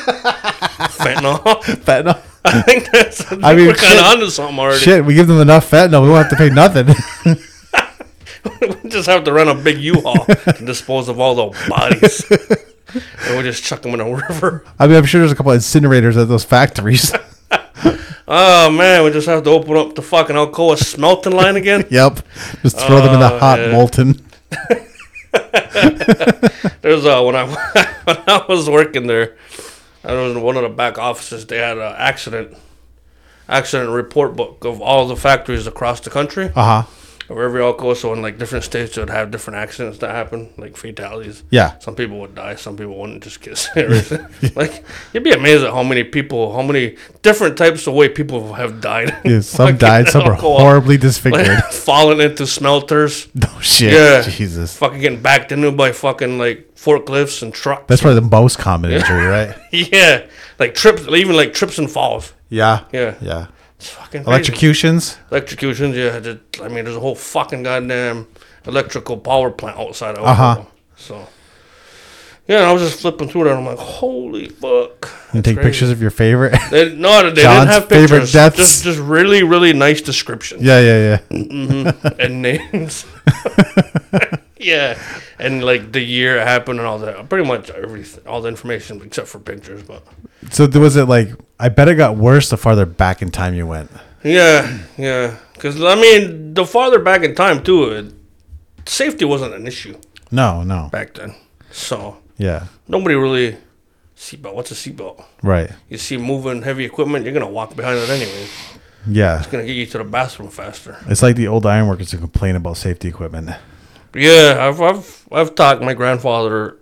A: fentanyl.
B: Fentanyl.
A: I think that's. I think
B: mean,
A: we're kind
B: shit.
A: of onto something already.
B: Shit, we give them enough fentanyl. We won't have to pay nothing.
A: we just have to run a big U-Haul to dispose of all the bodies, and we just chuck them in a river.
B: I mean, I'm sure there's a couple of incinerators at those factories.
A: Oh man, we just have to open up the fucking Alcoa smelting line again.
B: Yep. Just throw them in the
A: Oh,
B: hot
A: yeah.
B: molten.
A: There's uh, when I when I was working there, I was in one of the back offices. They had an accident accident report book of all the factories across the country,
B: Uh huh.
A: Or every alcohol, so in like different states, it would have different accidents that happen, like fatalities.
B: Yeah.
A: Some people would die, some people wouldn't just get serious. like you'd be amazed at how many people, how many different types of way people have died.
B: Yeah, some
A: Fucking
B: died, some are
A: alcohol.
B: horribly disfigured.
A: Like, falling into smelters,
B: no shit.
A: Yeah.
B: Jesus.
A: fucking getting backed into by fucking like forklifts and trucks.
B: That's probably the most common injury, right?
A: yeah, like trips, even like trips and falls.
B: Yeah.
A: Yeah,
B: Yeah.
A: it's fucking crazy.
B: Electrocutions.
A: electrocutions. Yeah, just- I mean, there's a whole fucking goddamn electrical power plant outside of
B: Uh-huh.
A: Oklahoma. So, yeah, I was just flipping through that. I'm like, holy fuck!
B: You take pictures of your favorite.
A: They, no, they
B: John's
A: didn't have
B: favorite
A: pictures.
B: deaths.
A: Just, just really, really nice descriptions
B: yeah, yeah, yeah.
A: and names. yeah, and like the year it happened and all that. Pretty much everything, all the information except for pictures. But
B: So there was it like I bet it got worse the farther back in time you went.
A: yeah, yeah, because I mean, the farther back in time too, it, safety wasn't an issue
B: No, no.
A: back then. So
B: Yeah.
A: nobody really seatbelt. What's a seatbelt?
B: Right.
A: You see moving heavy equipment, you're gonna walk behind it anyway. It's
B: Yeah.
A: gonna get you to the bathroom faster.
B: It's like the old ironworkers who complain about safety equipment.
A: But yeah, I've I've I've talked. My grandfather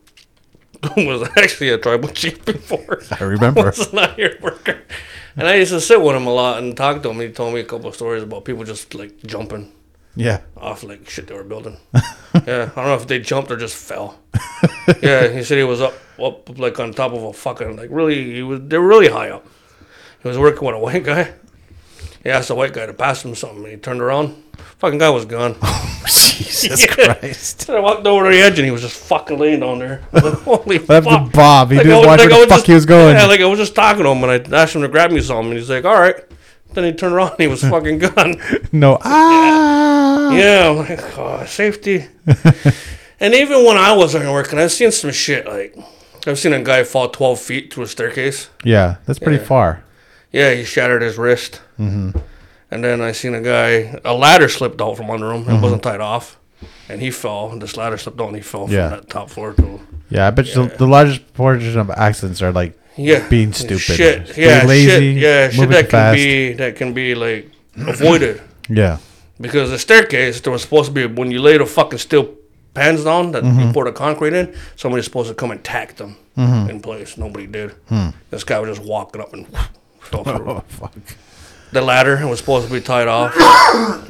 A: was actually a tribal chief before.
B: I remember.
A: was an iron worker, and I used to sit with him a lot and talk to him. He told me a couple of stories about people just like jumping
B: Yeah.
A: off like shit they were building. yeah, I don't know if they jumped or just fell. yeah, he said he was up, up like on top of a fucking like really. He was they were really high up. He was working with a white guy. He asked the white guy to pass him something, and he turned around. Fucking guy was gone.
B: Oh, Jesus
A: Yeah.
B: Christ.
A: I walked over to the edge, and he was just fucking laying down there. I was like, Holy
B: What
A: fuck!
B: happened to Bob? He
A: Like, I
B: didn't
A: was-
B: watch
A: like, I
B: where the fuck
A: just-
B: he was going.
A: Yeah, like I was just talking to him, and I asked him to grab me something, and he's like, "All right." Then he turned around, and he was fucking gone.
B: no. Ah.
A: Yeah, I'm like, oh, safety. and even when I was on work, and I've seen some shit. Like, I've seen a guy fall 12 feet through a staircase.
B: Yeah, that's pretty far.
A: Yeah, he shattered his wrist. Mm-hmm. And then I seen a guy, a ladder slipped out from under him
B: Mm-hmm.
A: and wasn't tied off. And he fell, and this ladder slipped out, and he fell
B: Yeah.
A: from that top floor to.
B: Yeah, I bet you the, the largest portion of accidents are like
A: Yeah.
B: being stupid,
A: Shit.
B: being
A: Yeah,
B: lazy,
A: shit. Yeah, shit
B: moving
A: that can
B: fast.
A: be, that can be, like, avoided.
B: yeah,
A: Because the staircase, there was supposed to be when you lay the fucking steel pans down that
B: Mm-hmm.
A: you pour the concrete in, somebody's supposed to come and tack them in place. Nobody did.
B: Hmm.
A: This guy was just walking up and fell through.
B: oh fuck,
A: The ladder was supposed to be tied off.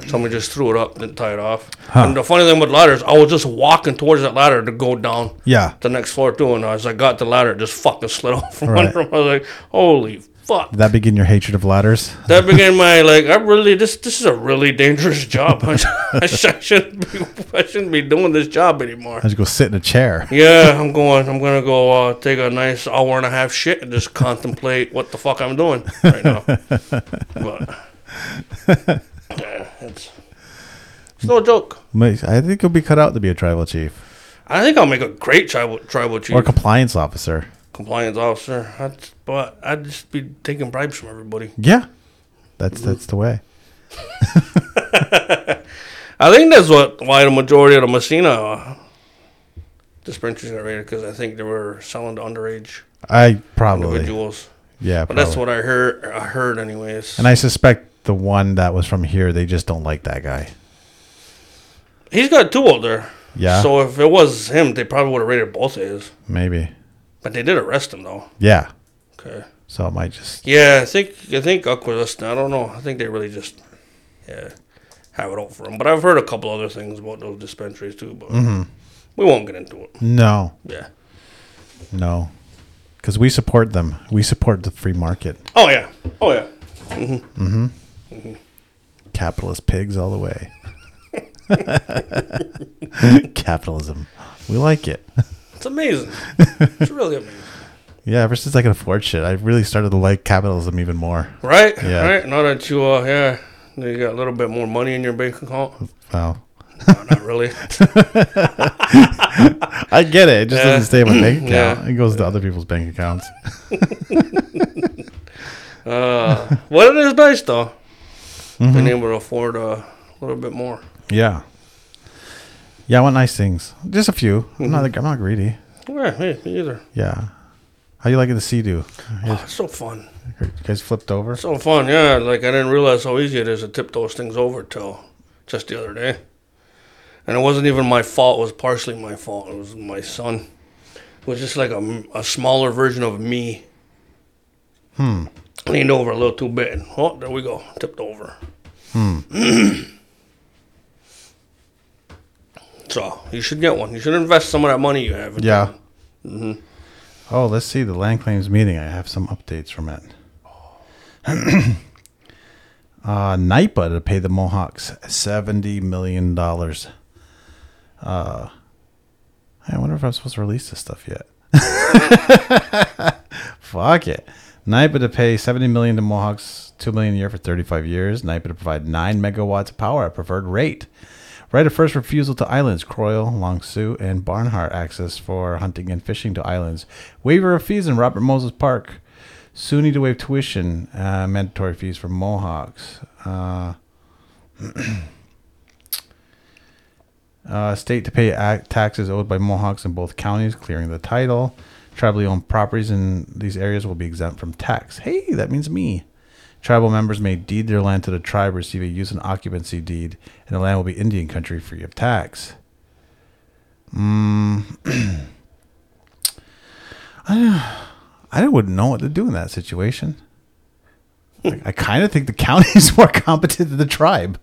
A: Somebody just threw it up and tied it off. And the funny thing with ladders, I was just walking towards that ladder to go down
B: yeah,
A: the next floor too, and as I got the ladder, it just fucking slid off from
B: Right.
A: under him. I was like, "Holy fuck!"
B: Did that begin your hatred of ladders?
A: that began my like. I really this this is a really dangerous job. I, sh- I, sh- I shouldn't be I shouldn't be doing this job anymore.
B: I just go sit in a chair.
A: Yeah, I'm going. I'm gonna go uh, take a nice hour and a half shit and just contemplate what the fuck I'm doing right now. But yeah, it's it's no joke.
B: Might- I think you'll be cut out to be a tribal chief
A: I think I'll make a great tribal tribal chief
B: or a compliance officer.
A: compliance officer. I'd, but I'd just be taking bribes from everybody.
B: Yeah, that's that's the way.
A: I think that's what why the majority of the Messina uh, dispensaries got raided because I think they were selling to underage
B: I probably
A: individuals.
B: yeah,
A: But that's
B: probably.
A: what I heard. I heard, anyways.
B: and I suspect the one that was from here, they just don't like that guy.
A: He's got two older.
B: Yeah.
A: So if it was him, they probably would have raided both of his.
B: Maybe
A: But they did arrest him though.
B: yeah.
A: Okay.
B: So it might just
A: Yeah, I think I think Aquilus. I don't know. I think they really just yeah have it out for him. But I've heard a couple other things about those dispensaries too. But
B: Mm-hmm.
A: we won't get into it.
B: no
A: Yeah.
B: no, because we support them. We support the free market,
A: Oh yeah. Oh yeah.
B: capitalist pigs all the way. Capitalism, we like it.
A: It's amazing. it's really amazing.
B: Yeah, ever since I can afford shit, I really started to like capitalism even more.
A: Right?
B: Yeah.
A: Right? Now that you uh yeah, now you got a little bit more money in your bank account.
B: Wow.
A: No, not really.
B: I get it. It just
A: Yeah.
B: doesn't stay in my bank account.
A: Yeah.
B: It goes to other people's bank accounts.
A: Uh well it is nice though. Being able to afford uh, a little bit more.
B: Yeah. Yeah, I want nice things. Just a few. I'm not I'm not greedy.
A: Yeah, hey, me either.
B: Yeah. How you liking the sea do?
A: Oh, it's so fun.
B: You guys flipped over?
A: So fun, yeah. Like I didn't realize how easy it is to tip those things over till just the other day. And it wasn't even my fault. It was partially my fault. It was my son. It was just like a, m- a smaller version of me. Hmm. Leaned over a little too bit. And, oh, there we go. Tipped over. Hmm. so you should get one. You should invest some of that money you have. into
B: Yeah. Oh, let's see the land claims meeting. I have some updates from it. uh, NIPA to pay the Mohawks seventy million dollars. Uh, I wonder if I'm supposed to release this stuff yet. Fuck it. NIPA to pay seventy million to Mohawks, two million a year for thirty-five years. NIPA to provide nine megawatts of power at preferred rate. Right of first refusal to islands, Croyle, Long Sioux, and Barnhart access for hunting and fishing to islands. Waiver of fees in Robert Moses Park. Sioux need to waive tuition, uh, mandatory fees for Mohawks. Uh, uh, state to pay ac- taxes owed by Mohawks in both counties, clearing the title. Tribally owned properties in these areas will be exempt from tax. Hey, that means me. Tribal members may deed their land to the tribe, receive a use and occupancy deed, and the land will be Indian country free of tax. Mm. I, I wouldn't know what to do in that situation. I, I kind of think the county is more competent than the tribe.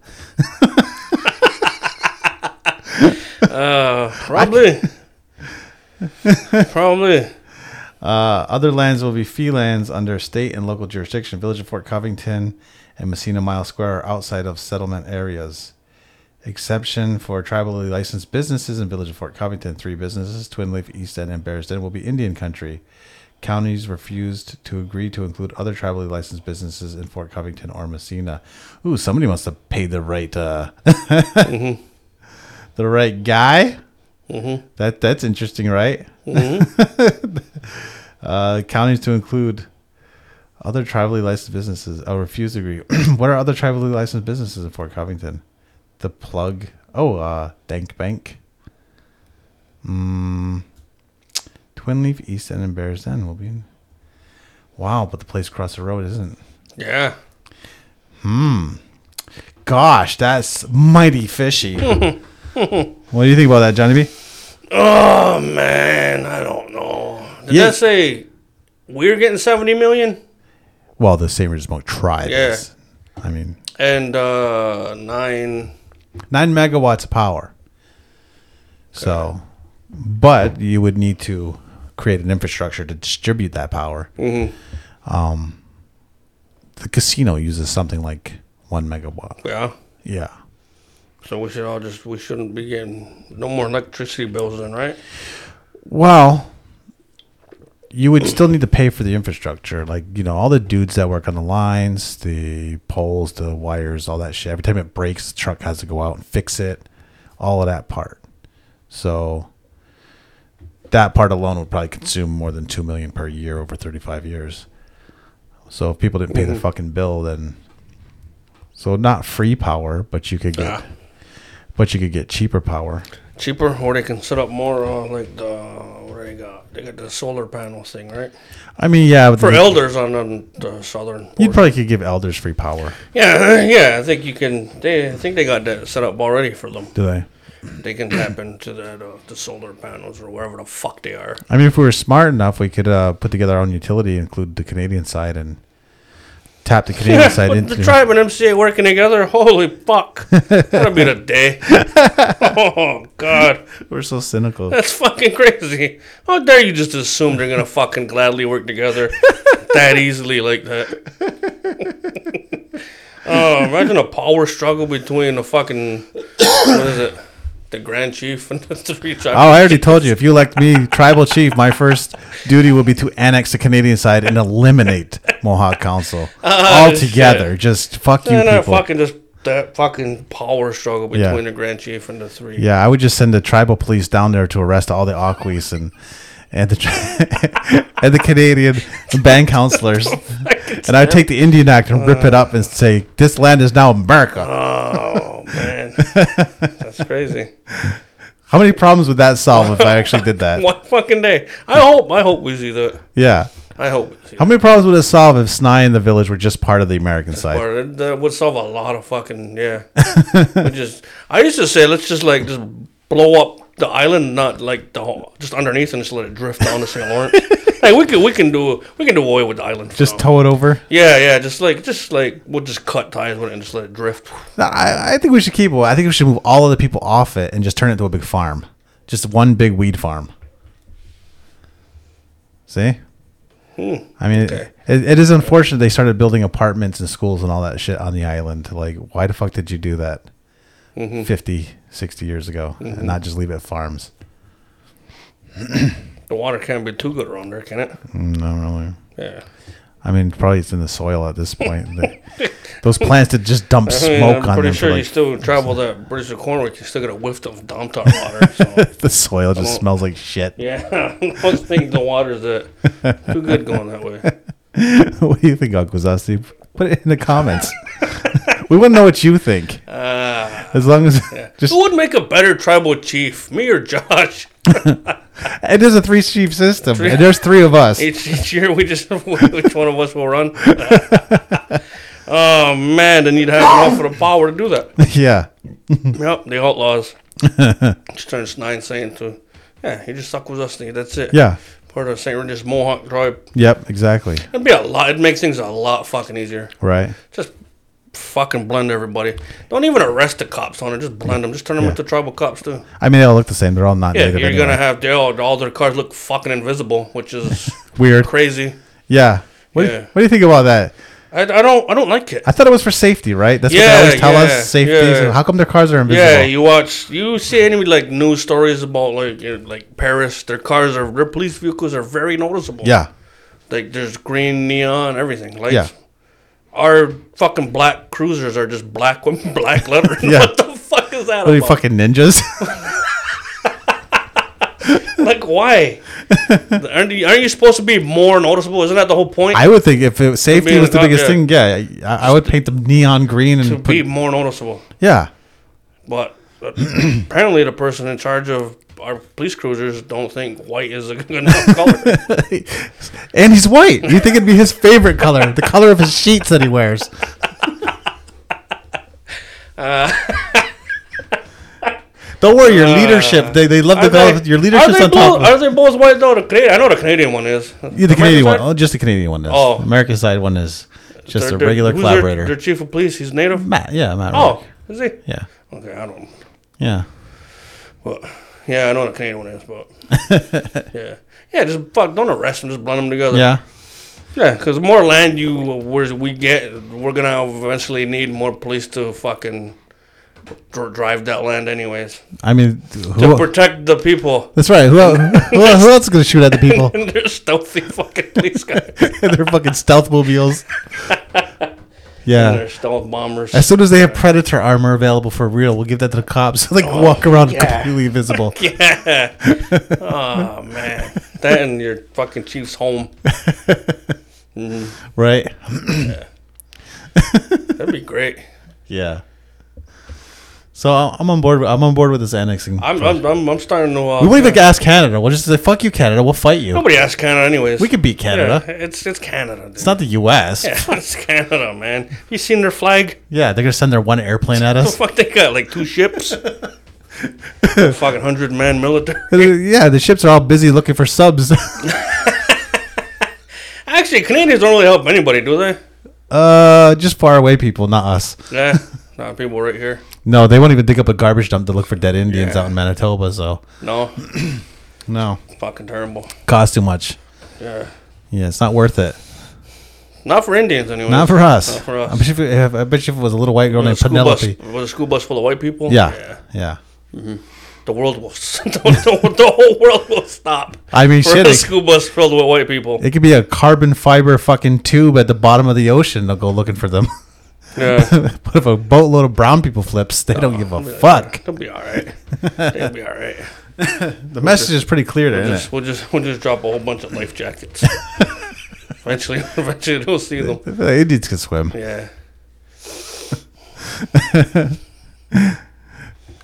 A: Uh, probably. probably.
B: Uh, other lands will be fee lands under state and local jurisdiction. Village of Fort Covington and Messina Mile Square are outside of settlement areas. Exception for tribally licensed businesses in Village of Fort Covington. Three businesses, Twin Leaf, East End, and Bears Den, will be Indian country. Counties refused to agree to include other tribally licensed businesses in Fort Covington or Messina. Ooh, somebody must have paid the right uh, the right guy. Mm-hmm. That that's interesting, right? uh, counties to include other tribally licensed businesses. I refuse to agree. what are other tribally licensed businesses in Fort Covington? The plug. Oh, uh, Dank Bank. Mm, Twin Leaf East End and Bears End will be. In. Wow, but the place across the road isn't.
A: Yeah.
B: Gosh, that's mighty fishy. what do you think about that, Johnny B?
A: Oh man, I don't know. Did
B: Yeah.
A: that say we're getting seventy million
B: Well, the St. Regis Monk tribe
A: Yeah.
B: is. I mean,
A: and uh nine?
B: nine megawatts of power. So, but you would need to create an infrastructure to distribute that power. Um, the casino uses something like one megawatt.
A: Yeah.
B: Yeah.
A: So we should all just we shouldn't be getting no more electricity bills then, right?
B: Well, you would still need to pay for the infrastructure, like you know all the dudes that work on the lines, the poles, the wires, all that shit. Every time it breaks, the truck has to go out and fix it, all of that part. So that part alone would probably consume more than two million per year over thirty-five years. So if people didn't pay the fucking bill, then so not free power, but you could get,
A: Yeah.
B: but you could get cheaper power.
A: Cheaper, or they can set up more uh, like the what do they got? They got the solar panels thing, right?
B: I mean, yeah, but
A: For
B: then-
A: elders on the, the southern.
B: Mm-hmm. You
A: Border.
B: probably could give elders free power.
A: Yeah, uh, yeah. I think you can. They I think they got that set up already for them.
B: Do they?
A: They can tap into that uh, the solar panels or wherever the fuck they are.
B: I mean, if we were smart enough, we could uh, put together our own utility, include the Canadian side, and tap the Canadian
A: Yeah,
B: side
A: with
B: into.
A: the tribe and MCA working together. Holy fuck! That'll be the day. oh god,
B: We're so cynical.
A: that's fucking crazy. How dare you just assume they're gonna fucking gladly work together that easily like that? oh, imagine a power struggle between the fucking what is it? The Grand Chief and the three tribes.
B: Oh, I already told you. If you elect me tribal chief, my first duty will be to annex the Canadian side and eliminate Mohawk Council altogether. Just fuck you
A: and I
B: people.
A: fucking just that fucking power struggle between
B: Yeah.
A: the Grand Chief and the three.
B: Yeah, I would just send the tribal police down there to arrest all the Aquis and and the tri- and the Canadian bank counselors, and I'd take the Indian Act and rip it up and say this land is now America.
A: Oh man, that's crazy.
B: How many problems would that solve if I actually did that?
A: One fucking day. I hope. I hope we see that.
B: Yeah,
A: I hope. it's
B: How many problems would it solve if Snai and the village were just part of the American side?
A: Or that- that would solve a lot of fucking yeah. we just I used to say let's just like just blow up the island, not like the whole, just underneath, and just let it drift down the St. Lawrence. like we can we can do we can do away with the island.
B: Just
A: now.
B: tow it over.
A: yeah yeah just like just like we'll just cut ties with it and just let it drift.
B: No, I, I think we should keep it. I think we should move all of the people off it and just turn it into a big farm. Just one big weed farm. See? I mean,
A: Hmm. okay.
B: it, it is unfortunate they started building apartments and schools and all that shit on the island. Like, why the fuck did you do that
A: Mm-hmm.
B: fifty, sixty 50, 60 years ago and not just leave it farms?
A: The water can't be too good around there, can it?
B: No, really.
A: Yeah.
B: I mean, probably it's in the soil at this point. They- those plants did just dump
A: I mean,
B: smoke
A: I'm
B: on them
A: pretty sure
B: for
A: you
B: like,
A: still travel that British corner, you still get a whiff of Domtar water. So.
B: the soil just
A: don't-
B: smells like shit.
A: Oh. Yeah, I don't think the water's that too good going that way.
B: what do you think, Uncle Zosty? Put it in the comments. we want to know what you think.
A: Ah.
B: As long as just
A: Who would make a better tribal chief, me or Josh?
B: it is a three chief system, and there's three of us.
A: Each, each year, we just which one of us will run? oh man, then you'd have enough of the power to do that.
B: yeah,
A: Yep, the outlaws. just turns nine saint to yeah. He just stuck with us. That's it.
B: yeah,
A: part of Saint Regis Mohawk tribe.
B: yep, exactly.
A: It'd be a lot. It makes things a lot fucking easier.
B: Right.
A: Just fucking blend everybody. Don't even arrest the cops on it. Just blend them. Just turn them
B: Yeah.
A: into tribal cops too.
B: I mean, they all look the same. They're all not
A: Yeah,
B: native.
A: you're
B: anyway.
A: gonna have they all, all their cars look fucking invisible, which is
B: Weird.
A: crazy.
B: Yeah. What, Do
A: Yeah.
B: you, what do you think about that?
A: I, I don't I don't like it.
B: I thought it was for safety, right? That's what
A: Yeah,
B: they always tell
A: yeah,
B: us. Safety.
A: yeah.
B: So how come their cars are invisible?
A: Yeah, you watch you see any like news stories about like you know, like Paris, their cars are their police vehicles are very noticeable.
B: yeah.
A: like there's green neon, everything. Like
B: Yeah.
A: our fucking black cruisers are just black with black letters.
B: Yeah.
A: What the fuck is that
B: What Are you
A: about?
B: fucking ninjas?
A: like why? aren't you aren't you supposed to be more noticeable? Isn't that the whole point?
B: I would think if it, safety
A: being
B: was the
A: not-
B: biggest
A: yeah.
B: thing, yeah, I, I would paint them neon green
A: to
B: and put,
A: be more noticeable.
B: yeah,
A: But apparently, the person in charge of our police cruisers don't think white is a good enough color.
B: And he's white. You think it'd be his favorite color, the color of his sheets that he wears. Don't worry, your leadership. They, they love the color.
A: they-
B: your
A: Uh, are
B: leadership's
A: they
B: on top.
A: both,
B: Of,
A: Are they both white though? The Canadian, I know the Canadian one is.
B: yeah, the Canadian one.
A: American
B: Oh, just the Canadian one. Is.
A: Oh.
B: The American side one is just
A: side?
B: a regular
A: who's their-
B: collaborator. Mm.
A: Their chief of police, he's native.
B: Matt, yeah, Matt.
A: Oh,
B: Rourke.
A: is he?
B: yeah,
A: Okay, I don't.
B: yeah.
A: Well, yeah, I know the Canadian one is, but yeah, yeah, just fuck, don't arrest them, just blend them together.
B: Yeah,
A: yeah, because the more land you where we get, we're gonna eventually need more police to fucking dr- drive that land, anyways,
B: I mean,
A: to
B: who,
A: protect the people.
B: that's right. Who, el- who, el- who else is gonna shoot at the people?
A: And they're stealthy fucking police guys.
B: They're fucking stealth mobiles. Yeah,
A: And they're stealth bombers.
B: As soon as they have predator armor available for real, we'll give that to the cops. like walk around
A: yeah.
B: completely invisible.
A: yeah. oh man, that and your fucking chief's home.
B: Right?
A: That'd be great.
B: Yeah. So I- I'm on board. With, I'm on board with this annexing.
A: I'm I'm I'm, I'm starting to. Uh,
B: we won't even ask Canada. We'll just say "fuck you, Canada." We'll fight you.
A: Nobody asked Canada, anyways.
B: We could beat Canada.
A: Yeah, it's it's Canada. Dude.
B: It's not the U.S. Yeah.
A: Yeah, it's Canada, man. Have you seen their flag?
B: they're gonna send their one airplane at
A: The
B: us.
A: fuck they got like two ships. fucking hundred man military.
B: yeah, the ships are all busy looking for subs.
A: Actually, Canadians don't really help anybody, do they?
B: uh, just far away people, not us.
A: Yeah, not people right here.
B: No, they won't even dig up a garbage dump to look for dead Indians
A: Yeah.
B: out in Manitoba. So
A: No,
B: no,
A: fucking terrible.
B: costs too much.
A: Yeah,
B: Yeah, it's not worth it.
A: not for Indians anyway.
B: Not for us.
A: Not for us.
B: I bet you if, if- I bet you if it was a little white girl
A: Was a
B: named
A: school bus,
B: Penelope.
A: was a school bus full of white people?
B: Yeah, yeah.
A: The world will. the, the, the whole world will stop.
B: I mean,
A: for
B: shit.
A: a
B: It,
A: school bus filled with white people.
B: it could be a carbon fiber fucking tube at the bottom of the ocean. They'll go looking for them.
A: Yeah,
B: but if a boatload of brown people flips, they
A: Oh,
B: don't give a fuck.
A: they'll be all right. They'll be all right.
B: The message is pretty clear there,
A: We'll
B: isn't
A: just,
B: it?
A: we'll just we'll just drop a whole bunch of life jackets. eventually, eventually we'll see them.
B: The Indians can swim.
A: Yeah,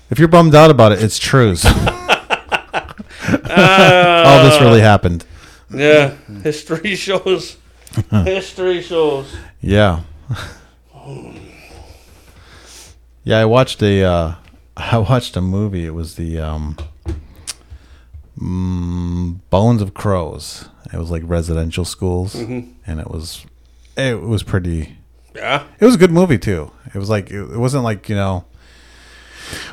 B: If you're bummed
A: Ah.
B: out about it, it's true. so- All this really happened.
A: Yeah, history shows. history shows.
B: Yeah. yeah, I watched a uh, I watched a movie. It was the um, mm, Bones of Crows. It was like residential schools, and it was it was pretty.
A: Yeah.
B: It was a good movie too. It was like it, it wasn't like you know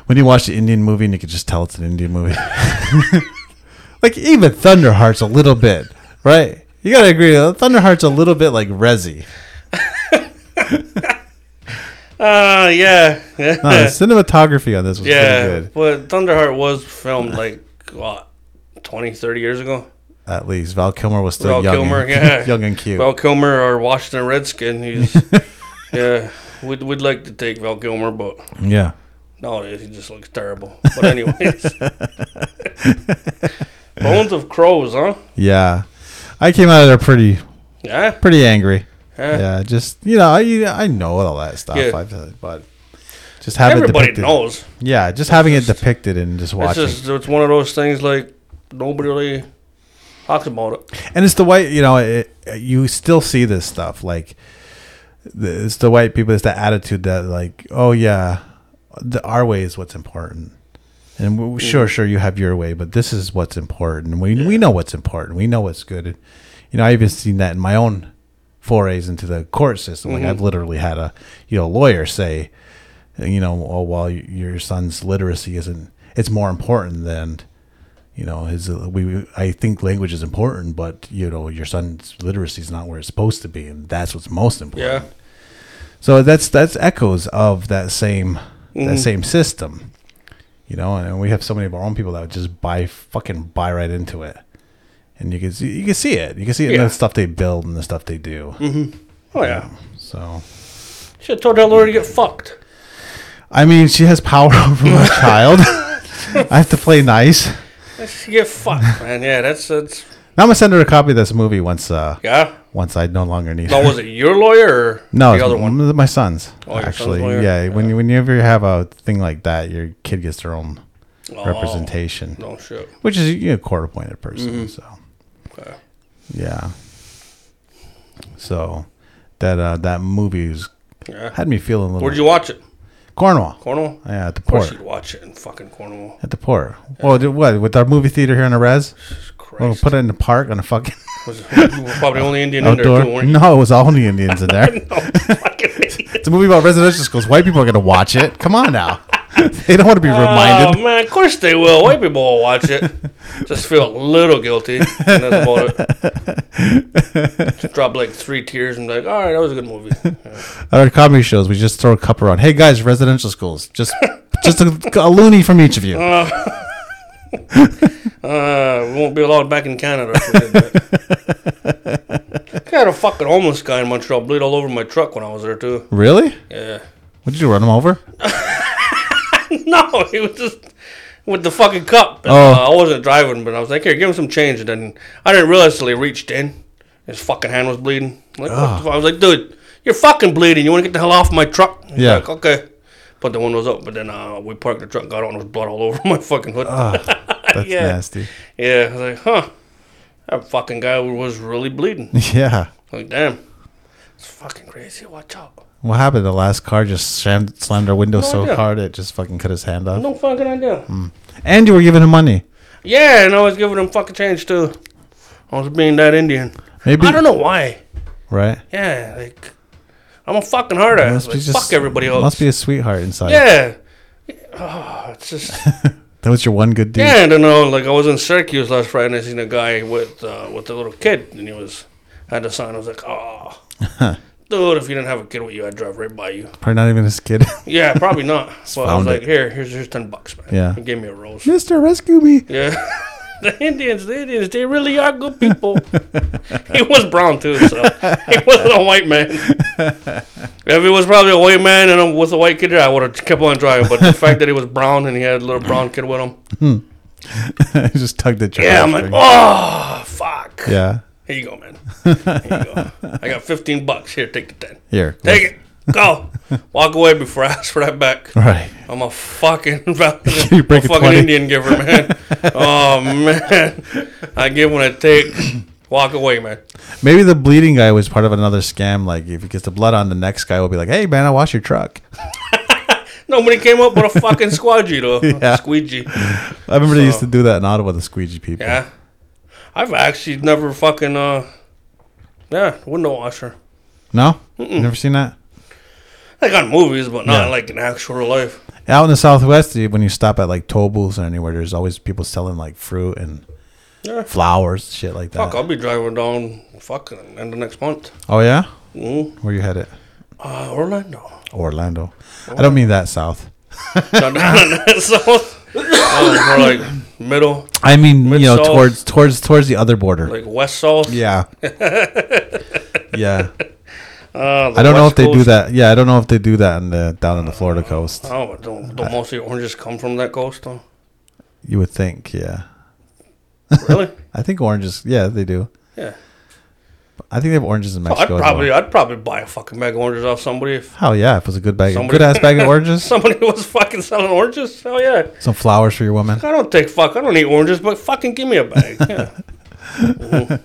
B: when you watch an Indian movie and you could just tell it's an Indian movie. like even Thunderheart's a little bit right. You gotta agree. Thunderheart's a little bit like Resi.
A: Uh, yeah.
B: No, the cinematography on this was
A: yeah.
B: pretty good.
A: But Thunderheart was filmed like, what, 20, 30 years ago?
B: At least Val Kilmer was still
A: Val
B: young,
A: Kilmer,
B: and,
A: yeah.
B: young and cute.
A: Val Kilmer or Washington Redskin. He's, yeah. We'd, we'd like to take Val Kilmer, but
B: yeah,
A: nowadays he just looks terrible. But, anyways. Bones of Crows, huh?
B: yeah. I came out of there pretty,
A: Yeah.
B: pretty angry.
A: Yeah.
B: Yeah, just you know, I I know all that stuff.
A: Yeah.
B: I've, uh, but just having it
A: Everybody
B: depicted.
A: knows.
B: Yeah, just having it depicted and just watching.
A: It's just it's one of those things like nobody really talks about it.
B: and it's the white you know it, you still see this stuff like the, it's the white people it's the attitude that like oh yeah the, our way is what's important and we, sure sure you have your way but this is what's important we, we know what's important we know what's good and, you know i've even seen that in my own forays into the court system like i've literally had a you know lawyer say you know oh well y- your son's literacy isn't it's more important than you know his uh, we- we i think language is important but you know your son's literacy is not where it's supposed to be and that's what's most important
A: Yeah.
B: so that's that's echoes of that same
A: Mm-hmm.
B: that same system you know and we have so many of our own people that would just buy fucking buy right into it and you can see you can see it you can see it in
A: Yeah.
B: the stuff they build and the stuff they do
A: Oh yeah.
B: so
A: Should have told that lawyer to get fucked.
B: i mean she has power over my child i have to play nice
A: She get fucked, man. Yeah, that's that's
B: now i'm gonna send her a copy of this movie once uh
A: yeah.
B: once i no longer need
A: Now
B: her.
A: Oh, was it your lawyer or
B: No,
A: the
B: it's
A: other
B: m-
A: one?
B: My son's
A: Oh, your son's
B: actually.
A: lawyer?
B: yeah, when you whenever you have a thing like that, your kid gets their own
A: Oh,
B: representation,
A: No shit.
B: which is you know, court appointed
A: Mm-hmm.
B: person. So
A: Okay.
B: yeah, so that uh, that movie was,
A: Yeah.
B: had me feeling a little.
A: Where'd you watch it?
B: Cornwall?
A: Cornwall? Of
B: Yeah, at the
A: course
B: port.
A: you'd watch it in fucking Cornwall.
B: At the port. Well, did, what with our movie theater here in the res? We'll
A: Christ.
B: put it in the park on a fucking
A: Was, you were probably the only Indian in there
B: outdoor.
A: too, weren't you?
B: No, it was all the Indians in there.
A: No, fucking idiot.
B: It's a movie about residential schools. White people are gonna watch it. Come on now. they don't want to be reminded.
A: Oh man, of course they will. White people will watch it. Just feel a little guilty. And that's about it. Just drop like three tears and be like, all right, that was a good movie. Yeah.
B: at our comedy shows, we just throw a cup around. Hey guys, residential schools, just just a, a loony from each of you.
A: Uh, we won't be allowed back in Canada. If we did that. I had a fucking homeless guy in Montreal bleed all over my truck when I was there too.
B: really?
A: Yeah.
B: What did you run them over?
A: No, he was just with the fucking cup. And,
B: Oh.
A: uh, I wasn't driving, but I was like, here, give him some change. And then I didn't realize till he reached in. His fucking hand was bleeding. I'm Like, what the fu- I was like, dude, you're fucking bleeding. You want to get the hell off my truck? He's
B: Yeah.
A: Like, okay. Put the windows up, but then uh, we parked the truck, got on, there was blood all over my fucking hood.
B: That's
A: Yeah.
B: nasty.
A: Yeah. I was like, huh. That fucking guy was really bleeding.
B: Mm. Yeah.
A: Like, damn. It's fucking crazy. Watch out.
B: What happened? The last car just slammed, slammed our window so
A: idea.
B: hard it just fucking cut his hand off.
A: No fucking idea.
B: And you were giving him money.
A: Yeah, and I was giving him fucking change too. I was being that Indian.
B: Maybe
A: I don't know why.
B: Right?
A: Yeah, like I'm a fucking hard ass.
B: Must be
A: Like,
B: just-
A: fuck everybody else.
B: Must be a sweetheart inside.
A: yeah. Oh, it's just
B: That was your one good deed.
A: yeah. I don't know. Like I was in Syracuse last Friday, and I seen a guy with uh, with a little kid, and he was had a sign. I was like, oh, dude, if you didn't have a kid with you, I'd drive right by you.
B: Probably not even his kid.
A: Yeah, probably not. Well, I was
B: found
A: like,
B: it.
A: here, here's here's ten bucks, man.
B: Yeah.
A: he gave me a rose.
B: Mister, rescue me.
A: Yeah. The Indians, the Indians, they really are good people. he was brown too, so he wasn't a white man. If he was probably a white man and a, with a white kid, I would have kept on driving. But the fact that he was brown and he had a little brown kid with him,
B: just tugged at your
A: yeah, I'm like,
B: heartstring.
A: oh fuck.
B: Yeah.
A: Here you go, man. Here you go. I got 15 bucks. Here, take the 10.
B: Here.
A: Take it. Go. Walk away before I ask for that back.
B: Right.
A: I'm a fucking, I'm a
B: You break a
A: fucking
B: 20.
A: Indian giver, man. oh man, I give when I take. Walk away, man.
B: Maybe the bleeding guy was part of another scam. Like if he gets the blood on, the next guy will be like, "Hey man, I washed your truck."
A: Nobody came up with a fucking squadgy though.
B: Yeah.
A: Squeegee.
B: I remember they used
A: So-
B: to do that in Ottawa, the squeegee people.
A: Yeah. I've actually never fucking uh yeah, window washer.
B: No, never seen that.
A: Like on movies, but not
B: Yeah.
A: like in actual life.
B: Out in the Southwest, you- when you stop at like toll booths or anywhere, there's always people selling like fruit and
A: Yeah.
B: flowers, shit like that.
A: Fuck, I'll be driving down fucking end of next month.
B: Oh yeah,
A: Mm.
B: where you headed?
A: Uh, Orlando.
B: Orlando.
A: Oh.
B: I don't mean that south.
A: Down in south. Oh, more like middle,
B: I mean you know
A: Mid-south.
B: towards towards towards the other border.
A: like west south.
B: yeah. yeah.
A: Uh, the
B: I don't know if
A: west
B: they do
A: coast.
B: that. Yeah, I don't know if they do that in the down in the Florida coast.
A: Oh, but don't, don't most of the oranges come from that coast, though?
B: You would think, yeah.
A: Really?
B: I think oranges. Yeah, they do.
A: yeah. Oh,
B: I think they have oranges in
A: I'd
B: Mexico. as
A: probably,
B: well.
A: I'd probably buy a fucking bag of oranges off somebody if
B: Hell yeah! If it was a good bag,
A: Somebody-
B: good ass bag of oranges,
A: somebody was fucking selling oranges. Hell yeah.
B: some flowers for your woman.
A: I don't take fuck. I don't eat oranges, but fucking give me a bag. Yeah. Mhm.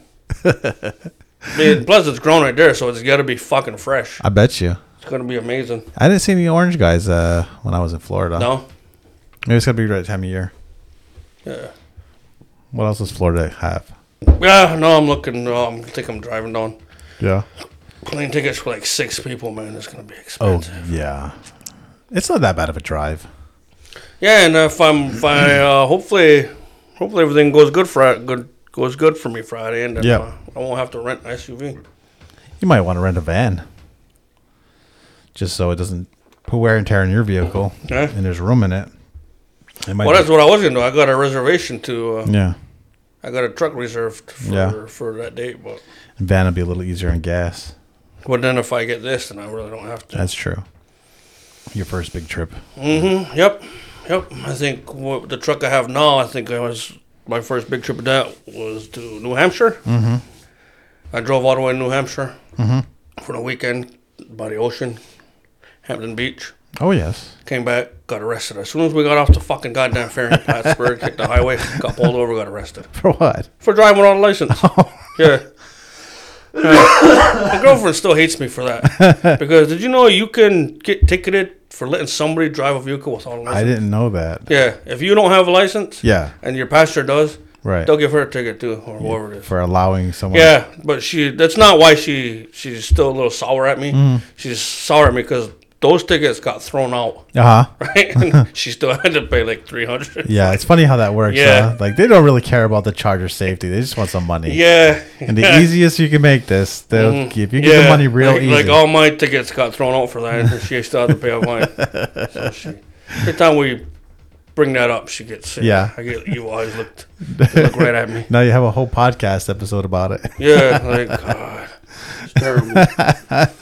A: Man, plus, it's grown right there, so it's got to be fucking fresh.
B: I bet you.
A: It's gonna be amazing.
B: I didn't see any orange guys uh, when I was in Florida.
A: No,
B: Maybe it's gonna be the right time of year.
A: yeah,
B: What else does Florida have?
A: yeah. No, I'm looking. No, I'm I think I'm driving down.
B: Yeah.
A: Plane tickets for like six people, man. It's gonna be
B: Oh
A: expensive.
B: yeah. It's not that bad of a drive.
A: Yeah, and if I'm, if I uh, hopefully, hopefully everything goes good for good goes good for me Friday, and then,
B: Yeah.
A: uh, I won't have to rent an SUV.
B: You might want to rent a van, just so it doesn't put wear and tear on your vehicle,
A: Yeah.
B: and there's room in it. It might.
A: Well,
B: be-
A: that's what I was gonna do. I got a reservation to. Uh,
B: yeah.
A: I got a truck reserved for
B: Yeah.
A: for that date, but.
B: Van would be a little easier on gas.
A: Well, then if I get this, then I really don't have to.
B: That's true. Your first big trip.
A: Mm-hmm. Yep. Yep. I think what, the truck I have now, I think I was my first big trip of that was to New Hampshire. Mm-hmm. I drove all the way to New Hampshire
B: Mm-hmm.
A: for the weekend by the ocean, Hampton Beach.
B: Oh yes.
A: Came back, got arrested. As soon as we got off the fucking goddamn ferry in Plattsburgh, hit the highway, got pulled over, got arrested
B: For what?
A: for driving without a license.
B: Oh.
A: Yeah. Yeah. My girlfriend still hates me for that because did you know you can get ticketed for letting somebody drive a vehicle without a license?
B: I didn't know that.
A: Yeah, if you don't have a license,
B: Yeah.
A: and your pastor does,
B: Right.
A: they'll give her a ticket too, or whoever it is.
B: For allowing someone.
A: Yeah, but she—that's not why she she's still a little sour at me.
B: Mm.
A: She's sour at me because those tickets got thrown out,
B: Uh huh.
A: right? And she still had to pay like three hundred.
B: Yeah, it's funny how that works.
A: Yeah.
B: huh? Like they don't really care about the charger safety; they just want some money.
A: Yeah, Mm-hmm.
B: And the easiest you can make this, they'll give you get the money real
A: like,
B: easy.
A: Like all my tickets got thrown out for that, and she still had to pay out mine. So she, every time we bring that up, she gets sick.
B: Yeah.
A: I get you always looked look right at me.
B: now you have a whole podcast episode about it.
A: Yeah, like God, it's terrible.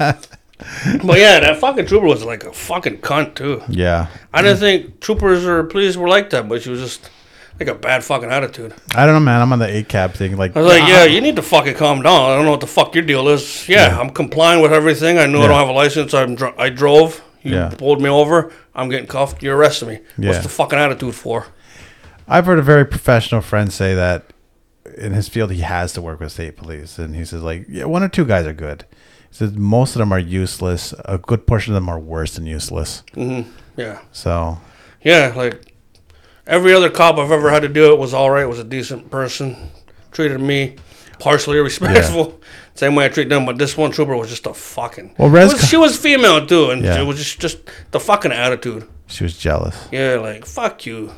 A: but yeah, that fucking trooper was like a fucking cunt too.
B: yeah,
A: I didn't think troopers or police were like that, but she was just like a bad fucking attitude.
B: I don't know, man. I'm on the ACAB thing. Like,
A: I was like, yeah, you need to fucking calm down. I don't know what the fuck your deal is. Yeah,
B: uh-huh. Yeah.
A: I'm complying with everything. I knew I
B: Yeah.
A: don't have a license. I'm dr- I drove. You
B: Yeah.
A: pulled me over. I'm getting cuffed. You arrested me.
B: Yeah.
A: What's the fucking attitude for?
B: I've heard a very professional friend say that in his field he has to work with state police, and he says like, yeah, one or two guys are good. He says most of them are useless. A good portion of them are worse than useless.
A: Yeah,
B: So
A: yeah. Like every other cop I've ever had to deal with was all right. Was a decent person. Treated me partially respectful. Same way I treat them. But this one trooper was just a fucking.
B: Well, Res-
A: It was- she was female too, and
B: Yeah.
A: it was just just the fucking attitude.
B: she was jealous.
A: Yeah, like fuck you.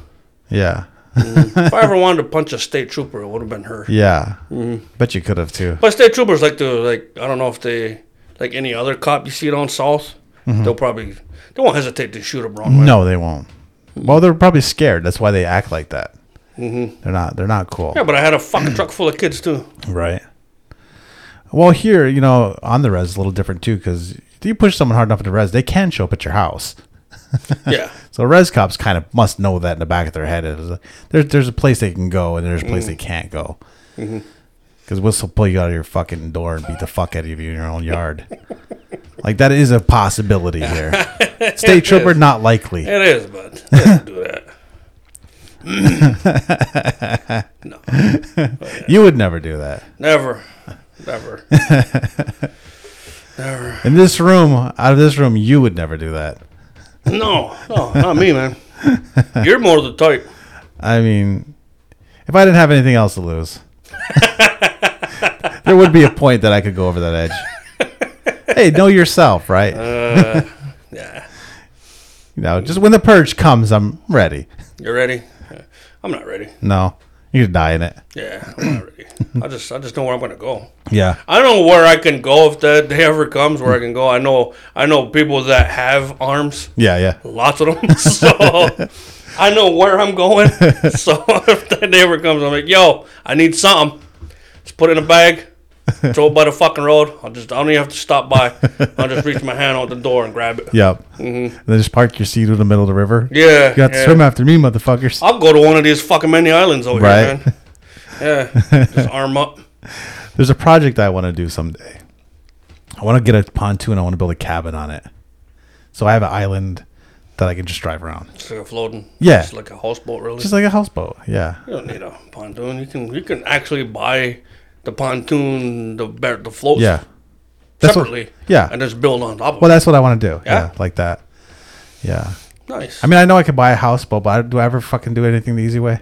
B: Yeah,
A: if I ever wanted to punch a state trooper, it would have been her.
B: yeah.
A: Mm-hmm.
B: Bet you could have too.
A: But state troopers like to like I don't know if they like any other cop you see down south. They'll probably they won't hesitate to shoot a brown man.
B: No, they won't. Well, they're probably scared. That's why they act like that. Mm-hmm. They're not. They're not cool.
A: Yeah, but I had a fucking truck full of kids too.
B: Right. Well, here, you know, on the res is a little different too because you push someone hard enough in the res, they can show up at your house.
A: Yeah,
B: So res cops kind of must know that in the back of their head. Is there's there's a place they can go and there's a place they can't go. Because whistle pull you out of your fucking door and beat the fuck out of you in your own yard. like that is a possibility here. State trooper, not likely.
A: it is, but they don't do that. No,
B: You would never do that.
A: never, never, never.
B: In this room, out of this room, you would never do that.
A: No, no, not me, man. You're more the type.
B: I mean, if I didn't have anything else to lose, there would be a point that I could go over that edge. hey, know yourself, right?
A: Uh, Yeah,
B: you know, just when the purge comes, I'm ready.
A: you ready? I'm not ready.
B: No, you could die in it.
A: Yeah, I'm not ready. I just, I just know where I'm gonna go.
B: Yeah.
A: I don't know where I can go if that day ever comes where I can go. I know I know people that have arms,
B: Yeah, yeah.
A: lots of them. So I know where I'm going. So if that day ever comes, I'm like, yo, I need something. Just put it in a bag, throw it by the fucking road. I'll just I don't even have to stop by. I'll just reach my hand out the door and grab it.
B: Yep. And then just park your seat in the middle of the river.
A: Mm-hmm. Yeah.
B: You got to
A: yeah.
B: swim after me, motherfuckers.
A: I'll go to one of these fucking many islands over
B: Right.
A: here, man. Yeah. Just arm up.
B: There's a project I want to do someday. I want to get a pontoon. I want to build a cabin on it. So I have an island that I can just drive around.
A: It's like a floating.
B: Yeah.
A: It's like a houseboat, really.
B: Just like a houseboat. Yeah.
A: You don't need a pontoon. You can you can actually buy the pontoon, the bear, the floats
B: Yeah. That's what-
A: separately.
B: yeah.
A: and just build on top of
B: Well, that's what I want to do.
A: Yeah?
B: Yeah. Like that. Yeah.
A: it. Nice.
B: I mean, I know I could buy a houseboat, but I, do I ever fucking do anything the easy way?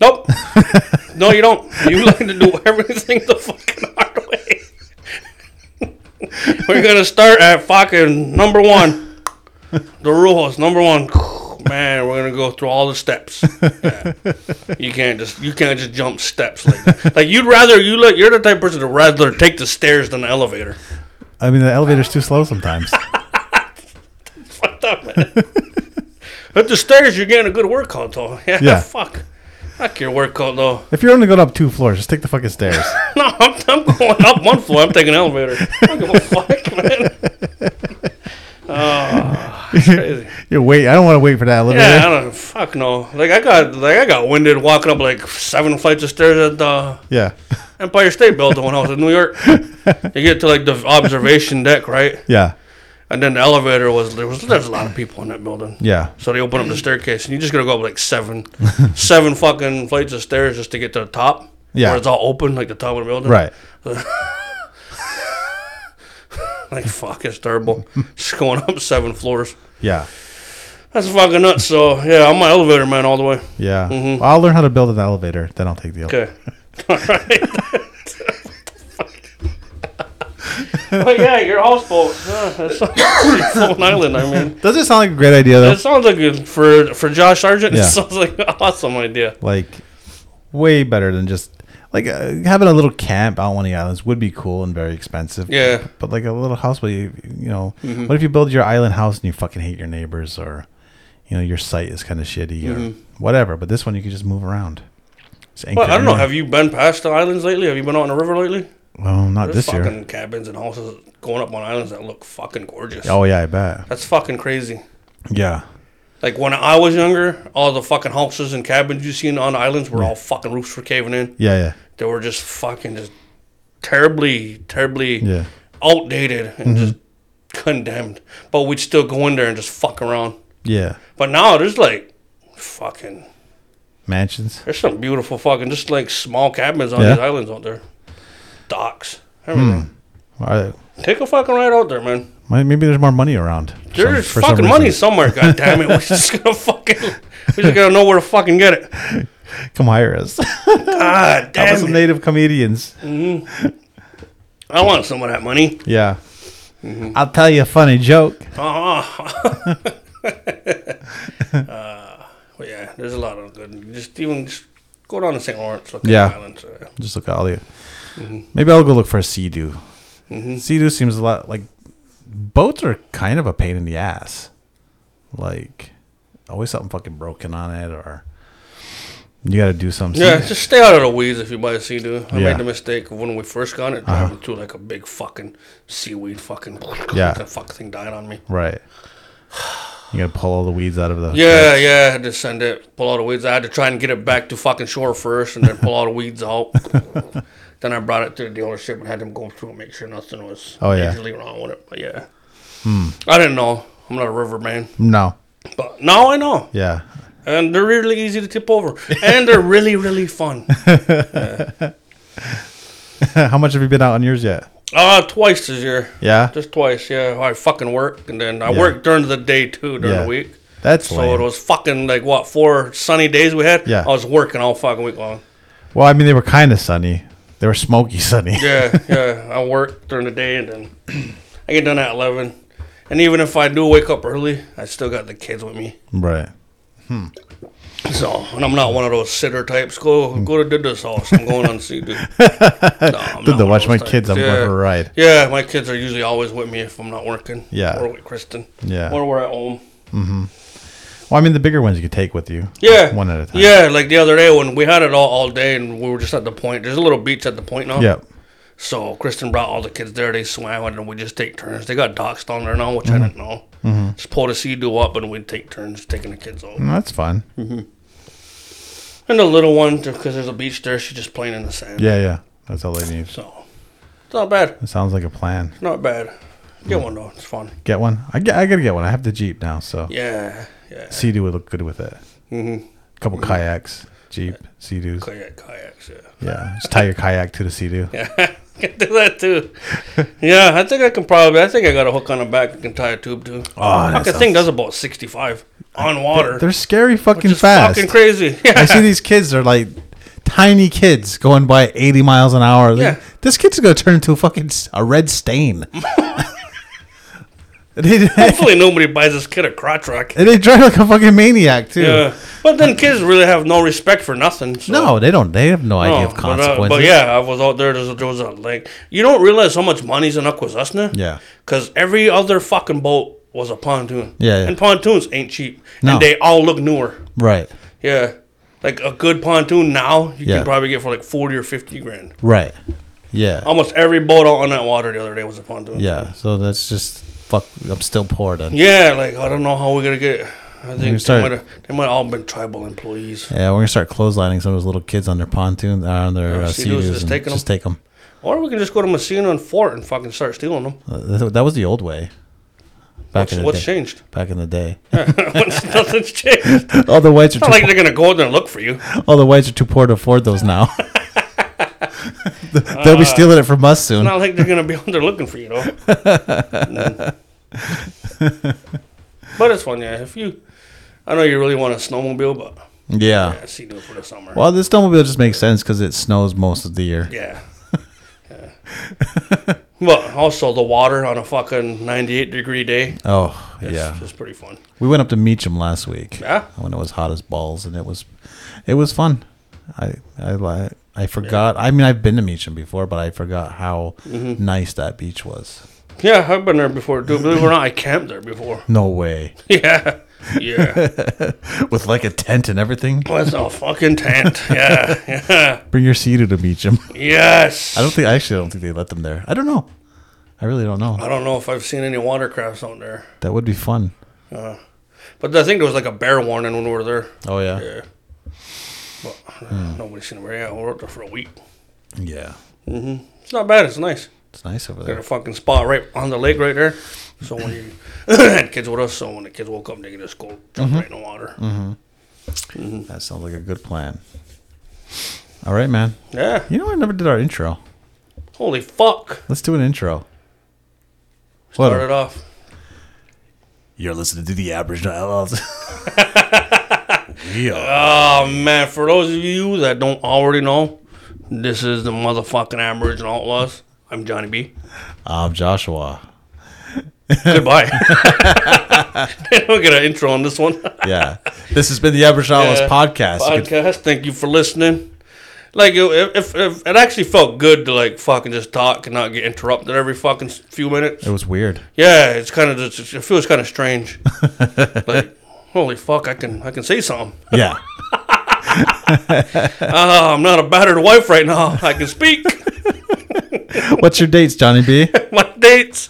A: nope. no, you don't. You like to do everything the fucking hard way. We're gonna start at fucking number one. The rules, number one. Man, we're gonna go through all the steps. Yeah. You can't just you can't just jump steps like that. Like you'd rather you let you're the type of person to rather take the stairs than the elevator.
B: I mean, the elevator's too slow sometimes.
A: fucked up, man. At uh, the stairs, you're getting a good workout, though. Yeah,
B: Yeah.
A: fuck. Fuck your workout, though.
B: if you're only going up two floors, just take the fucking stairs.
A: No, I'm, I'm going up one floor. I'm taking an elevator. I don't give a fuck, man. Oh, it's crazy.
B: you wait. I don't want to wait for that elevator.
A: Yeah, I don't. Fuck no. Like I got, like I got winded walking up like seven flights of stairs at the
B: Yeah.
A: Empire State Building when I was in New York. You get to like the observation deck, right?
B: Yeah.
A: And then the elevator was there was there's a lot of people in that building.
B: Yeah.
A: So they open up the staircase, and you just gotta go up like seven, seven fucking flights of stairs just to get to the top.
B: Yeah.
A: where it's all open, like the top of the building.
B: Right.
A: Like fuck, it's terrible. just going up seven floors.
B: Yeah.
A: That's fucking nuts. So yeah, I'm my elevator man all the way.
B: Yeah.
A: Mm-hmm.
B: Well, I'll learn how to build an elevator. Then I'll take the elevator.
A: Okay. All right. but yeah, your houseboat. Yeah, that's Long Island. I mean,
B: Does it sound like a great idea though?
A: that sounds like a, for for Josh Sargent.
B: Yeah.
A: It sounds like an awesome idea.
B: like, way better than just like uh, having a little camp out on one of the islands would be cool and very expensive.
A: Yeah. Mm-hmm.
B: But like a little house, where you you know, what if you build your island house and you fucking hate your neighbors or, you know, your site is kind of shitty or whatever. But this one you can just move around. Just
A: Mm-hmm.
B: anchor
A: Well, I don't know.
B: in.
A: Have you been past the islands lately? Have you been out on the river lately?
B: well, not
A: There's
B: this year.
A: fucking cabins and houses going up on islands that look fucking gorgeous.
B: Oh yeah, I bet.
A: That's fucking crazy.
B: Yeah.
A: Like when I was younger, all the fucking houses and cabins you seen on islands were all fucking roofs were caving in.
B: Yeah. Yeah.
A: They were just fucking just terribly, terribly
B: Yeah. Mm-hmm.
A: outdated and just condemned. But we'd still go in there and just fuck around.
B: Yeah.
A: But now there's like fucking
B: Mansions.
A: there's some beautiful fucking just like small cabins on
B: Yeah.
A: these islands out there. Docks. Everything.
B: All
A: Take a fucking ride out there, man.
B: right. Maybe there's more money around. for some-
A: There's
B: for some
A: fucking money
B: reason.
A: somewhere, God damn it. We're just gonna fucking we just gotta know where to fucking get it.
B: Come hire us.
A: God
B: How about some
A: damn it.
B: native comedians?
A: I want some of that money.
B: Yeah. I'll tell you a funny joke.
A: Uh-huh. uh, yeah, there's a lot of good just even just go down to St. Lawrence, look at
B: Yeah.
A: the islands. uh,
B: Just look at all the. Maybe I'll go look for a sea doo. Sea doo seems a lot like boats are kind of a pain in the ass. Like always something fucking broken on it, or you got to do something.
A: Yeah, just stay out of the weeds if you buy a sea-doo. I
B: Yeah. Uh-huh.
A: made the mistake of when we first got it, driving through like a big fucking seaweed fucking
B: Yeah.
A: the fucking thing died on me.
B: right. You got to pull all the weeds out of the.
A: Yeah, yeah, I had to send it, pull all the weeds. I had to try and get it back to fucking shore first and then pull all the weeds out. then I brought it to the dealership and had them go through and make sure nothing was
B: Oh, yeah. Hmm.
A: majorly wrong with it. But yeah. I didn't know. I'm not a river man.
B: No.
A: But now I know.
B: Yeah.
A: and they're really easy to tip over, and they're really really fun.
B: How much have you been out on yours yet?
A: Uh twice this year,
B: Yeah,
A: just twice. Yeah, I fucking work, and then I
B: Yeah.
A: work during the day too during
B: Yeah.
A: the week.
B: that's
A: So it
B: lame.
A: was fucking like what four sunny days we had.
B: Yeah.
A: I was working all fucking week long.
B: Well, I mean, they were kind of sunny. They were smoky sunny.
A: Yeah, yeah. I work during the day and then I get done at eleven. And even if I do wake up early, I still got the kids with me.
B: Right.
A: So and I'm not one of those sitter types. Go go to Dida's house. I'm going on sea dude. No, I'm
B: Did
A: not
B: the
A: one of
B: watch
A: those
B: my
A: types.
B: kids? I'm going for a ride.
A: Yeah, my kids are usually always with me if I'm not working.
B: Yeah.
A: Or with Kristen.
B: Yeah.
A: Or we're at home.
B: Well, I mean, the bigger ones you could take with you.
A: Yeah.
B: One at a time.
A: Yeah, like the other day when we had it all, all day and we were just at the point. There's a little beach at the point now.
B: Yep.
A: So Kristen brought all the kids there. They swam and we just take turns. They got docks down there now, which I didn't know.
B: Mm-hmm.
A: Just pull the sea dew up and we'd take turns taking the kids out.
B: Mm, That's fun.
A: And the little one, because there's a beach there, she's just playing in the sand.
B: Yeah, yeah. That's all they need.
A: So it's not bad.
B: It sounds like a plan.
A: Not bad. Get one though. It's fun.
B: Get one. I, get, I gotta get one. I have the Jeep now, so
A: Yeah. Yeah.
B: Sea-Doo would look good with it.
A: Mm-hmm.
B: couple kayaks, Jeep, Sea-Doos.
A: Kayak, kayaks. Yeah.
B: Yeah, just tie your kayak to the Sea-Doo.
A: Yeah. I can do that too. yeah. I think I can probably. I think I got a hook on the back. I can tie a tube to.
B: Oh, that
A: Fuck, the
B: sounds-
A: thing does about 65 on water.
B: They're scary fucking
A: just
B: fast.
A: fucking crazy. Yeah.
B: I see these kids. They're like tiny kids going by 80 miles an hour. Like,
A: Yeah.
B: This kid's gonna turn into a fucking s- a red stain. they, and
A: Hopefully nobody buys this kid a crotch rocket.
B: they drive like a fucking maniac too.
A: Yeah, but then kids really have no respect for nothing. So.
B: No, they don't. They have no
A: No,
B: idea of
A: but, uh,
B: consequences.
A: But, yeah, I was out there. There was, there was a lake. You don't realize how much money's in Akwesasne.
B: Yeah.
A: Because every other fucking boat was a pontoon.
B: Yeah, yeah.
A: And pontoons ain't cheap.
B: No.
A: And they all look newer.
B: Right.
A: Yeah. Like a good pontoon now, you
B: Yeah.
A: can probably get for like 40 or 50 grand.
B: Right. Yeah.
A: Almost every boat out on that water the other day was a pontoon.
B: Yeah. So that's just fuck. I'm still poor then. Yeah.
A: Yeah, like I don't know how we're going to get it. I think
B: start-
A: they might have they might all been tribal employees.
B: we're gonna start clotheslining some of those little kids on their pontoons, uh, on their uh,
A: sea
B: sea
A: dudes,
B: doos
A: Oh, just
B: and
A: take 'em.
B: just take them.
A: Or we can just go to Messina and Fort and fucking start stealing them.
B: Uh, that was the old way. Back
A: What's,
B: in the
A: what's
B: day.
A: changed?
B: Back in the day,
A: What's, nothing's changed. It's
B: all the whites are
A: not
B: too,
A: like they're gonna go out there and look for you.
B: all the whites are too poor to afford those now. They'll be stealing it from us soon.
A: Uh, Not like they're gonna be out there looking for you, though. Mm. but it's fun, yeah. If you, I know you really want a snowmobile, but
B: Yeah.
A: I see doing for the summer.
B: Well, this snowmobile just makes sense because it snows most of the year.
A: Yeah. Yeah. but also the water on a fucking 98 degree day.
B: Oh,
A: It's,
B: yeah.
A: It's pretty fun.
B: We went up to Meacham last week.
A: Yeah?
B: When it was hot as balls, and it was, it was fun. I I li- I forgot. I mean, I've been to Meacham before, but I forgot how nice that beach was.
A: Yeah, I've been there before, dude. Believe it or not, I camped there before.
B: No way,
A: Yeah. Yeah.
B: with like a tent and everything.
A: With a fucking tent. Yeah. Yeah.
B: Bring your sea to Meacham.
A: Yes.
B: I don't think. I actually don't think they let them there. I don't know. I really don't know.
A: I don't know if I've seen any watercrafts out there.
B: That would be fun.
A: But I think there was like a bear warning when we were there.
B: Oh yeah.
A: Yeah. But nobody's seen where yeah, we're out there for a week.
B: Yeah.
A: It's not bad, it's nice.
B: It's nice over
A: Got a
B: there.
A: fucking spot right on the lake right there. So when you had kids with us, so when the kids woke up they could just go jump right in the water.
B: That sounds like a good plan. All right, man.
A: Yeah.
B: You know, I never did our intro.
A: Holy fuck.
B: Let's do an intro. What?
A: Started off.
B: You're listening to the Aboriginal Outlaws. yeah.
A: Oh man, for those of you that don't already know, this is the motherfucking Aboriginal Outlaws. I'm Johnny B.
B: I'm Joshua.
A: Goodbye. We'll get an intro on this one.
B: Yeah. this has been the Aboriginal Outlaws
A: Yeah.
B: podcast. You could-
A: Podcast. Thank you for listening. Like it- if, if it actually felt good to like fucking just talk and not get interrupted every fucking s- few minutes.
B: It was weird.
A: Yeah, it's kind of just it feels kind of strange. like holy fuck, I can I can say something.
B: Yeah.
A: Uh, I'm not a battered wife right now. I can speak.
B: What's your dates, Johnny B?
A: my dates.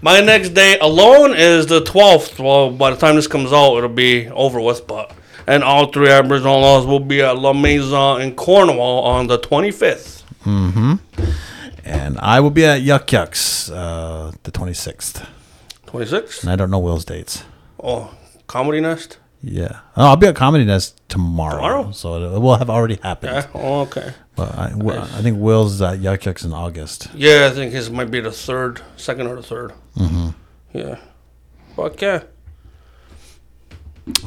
A: My next day alone is the 12th. Well, by the time this comes out, it'll be over with. But and all three Aboriginal laws will be at La Maison in Cornwall on the 25th.
B: And I will be at Yuck Yucks uh, the 26th.
A: 26th.
B: And I don't know Will's dates.
A: Oh, Comedy Nest.
B: Yeah. Oh, I'll be at Comedy Nest tomorrow.
A: Tomorrow?
B: So it will have already happened.
A: Yeah. Oh, okay.
B: But I, Wi- I think Will's at Yuck Yucks in August.
A: Yeah, I think his might be the third, second or the 3rd Mm-hmm. Yeah. Fuck yeah.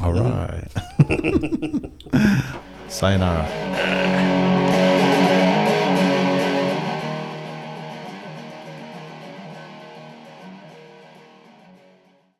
B: All right. Sayonara.
A: All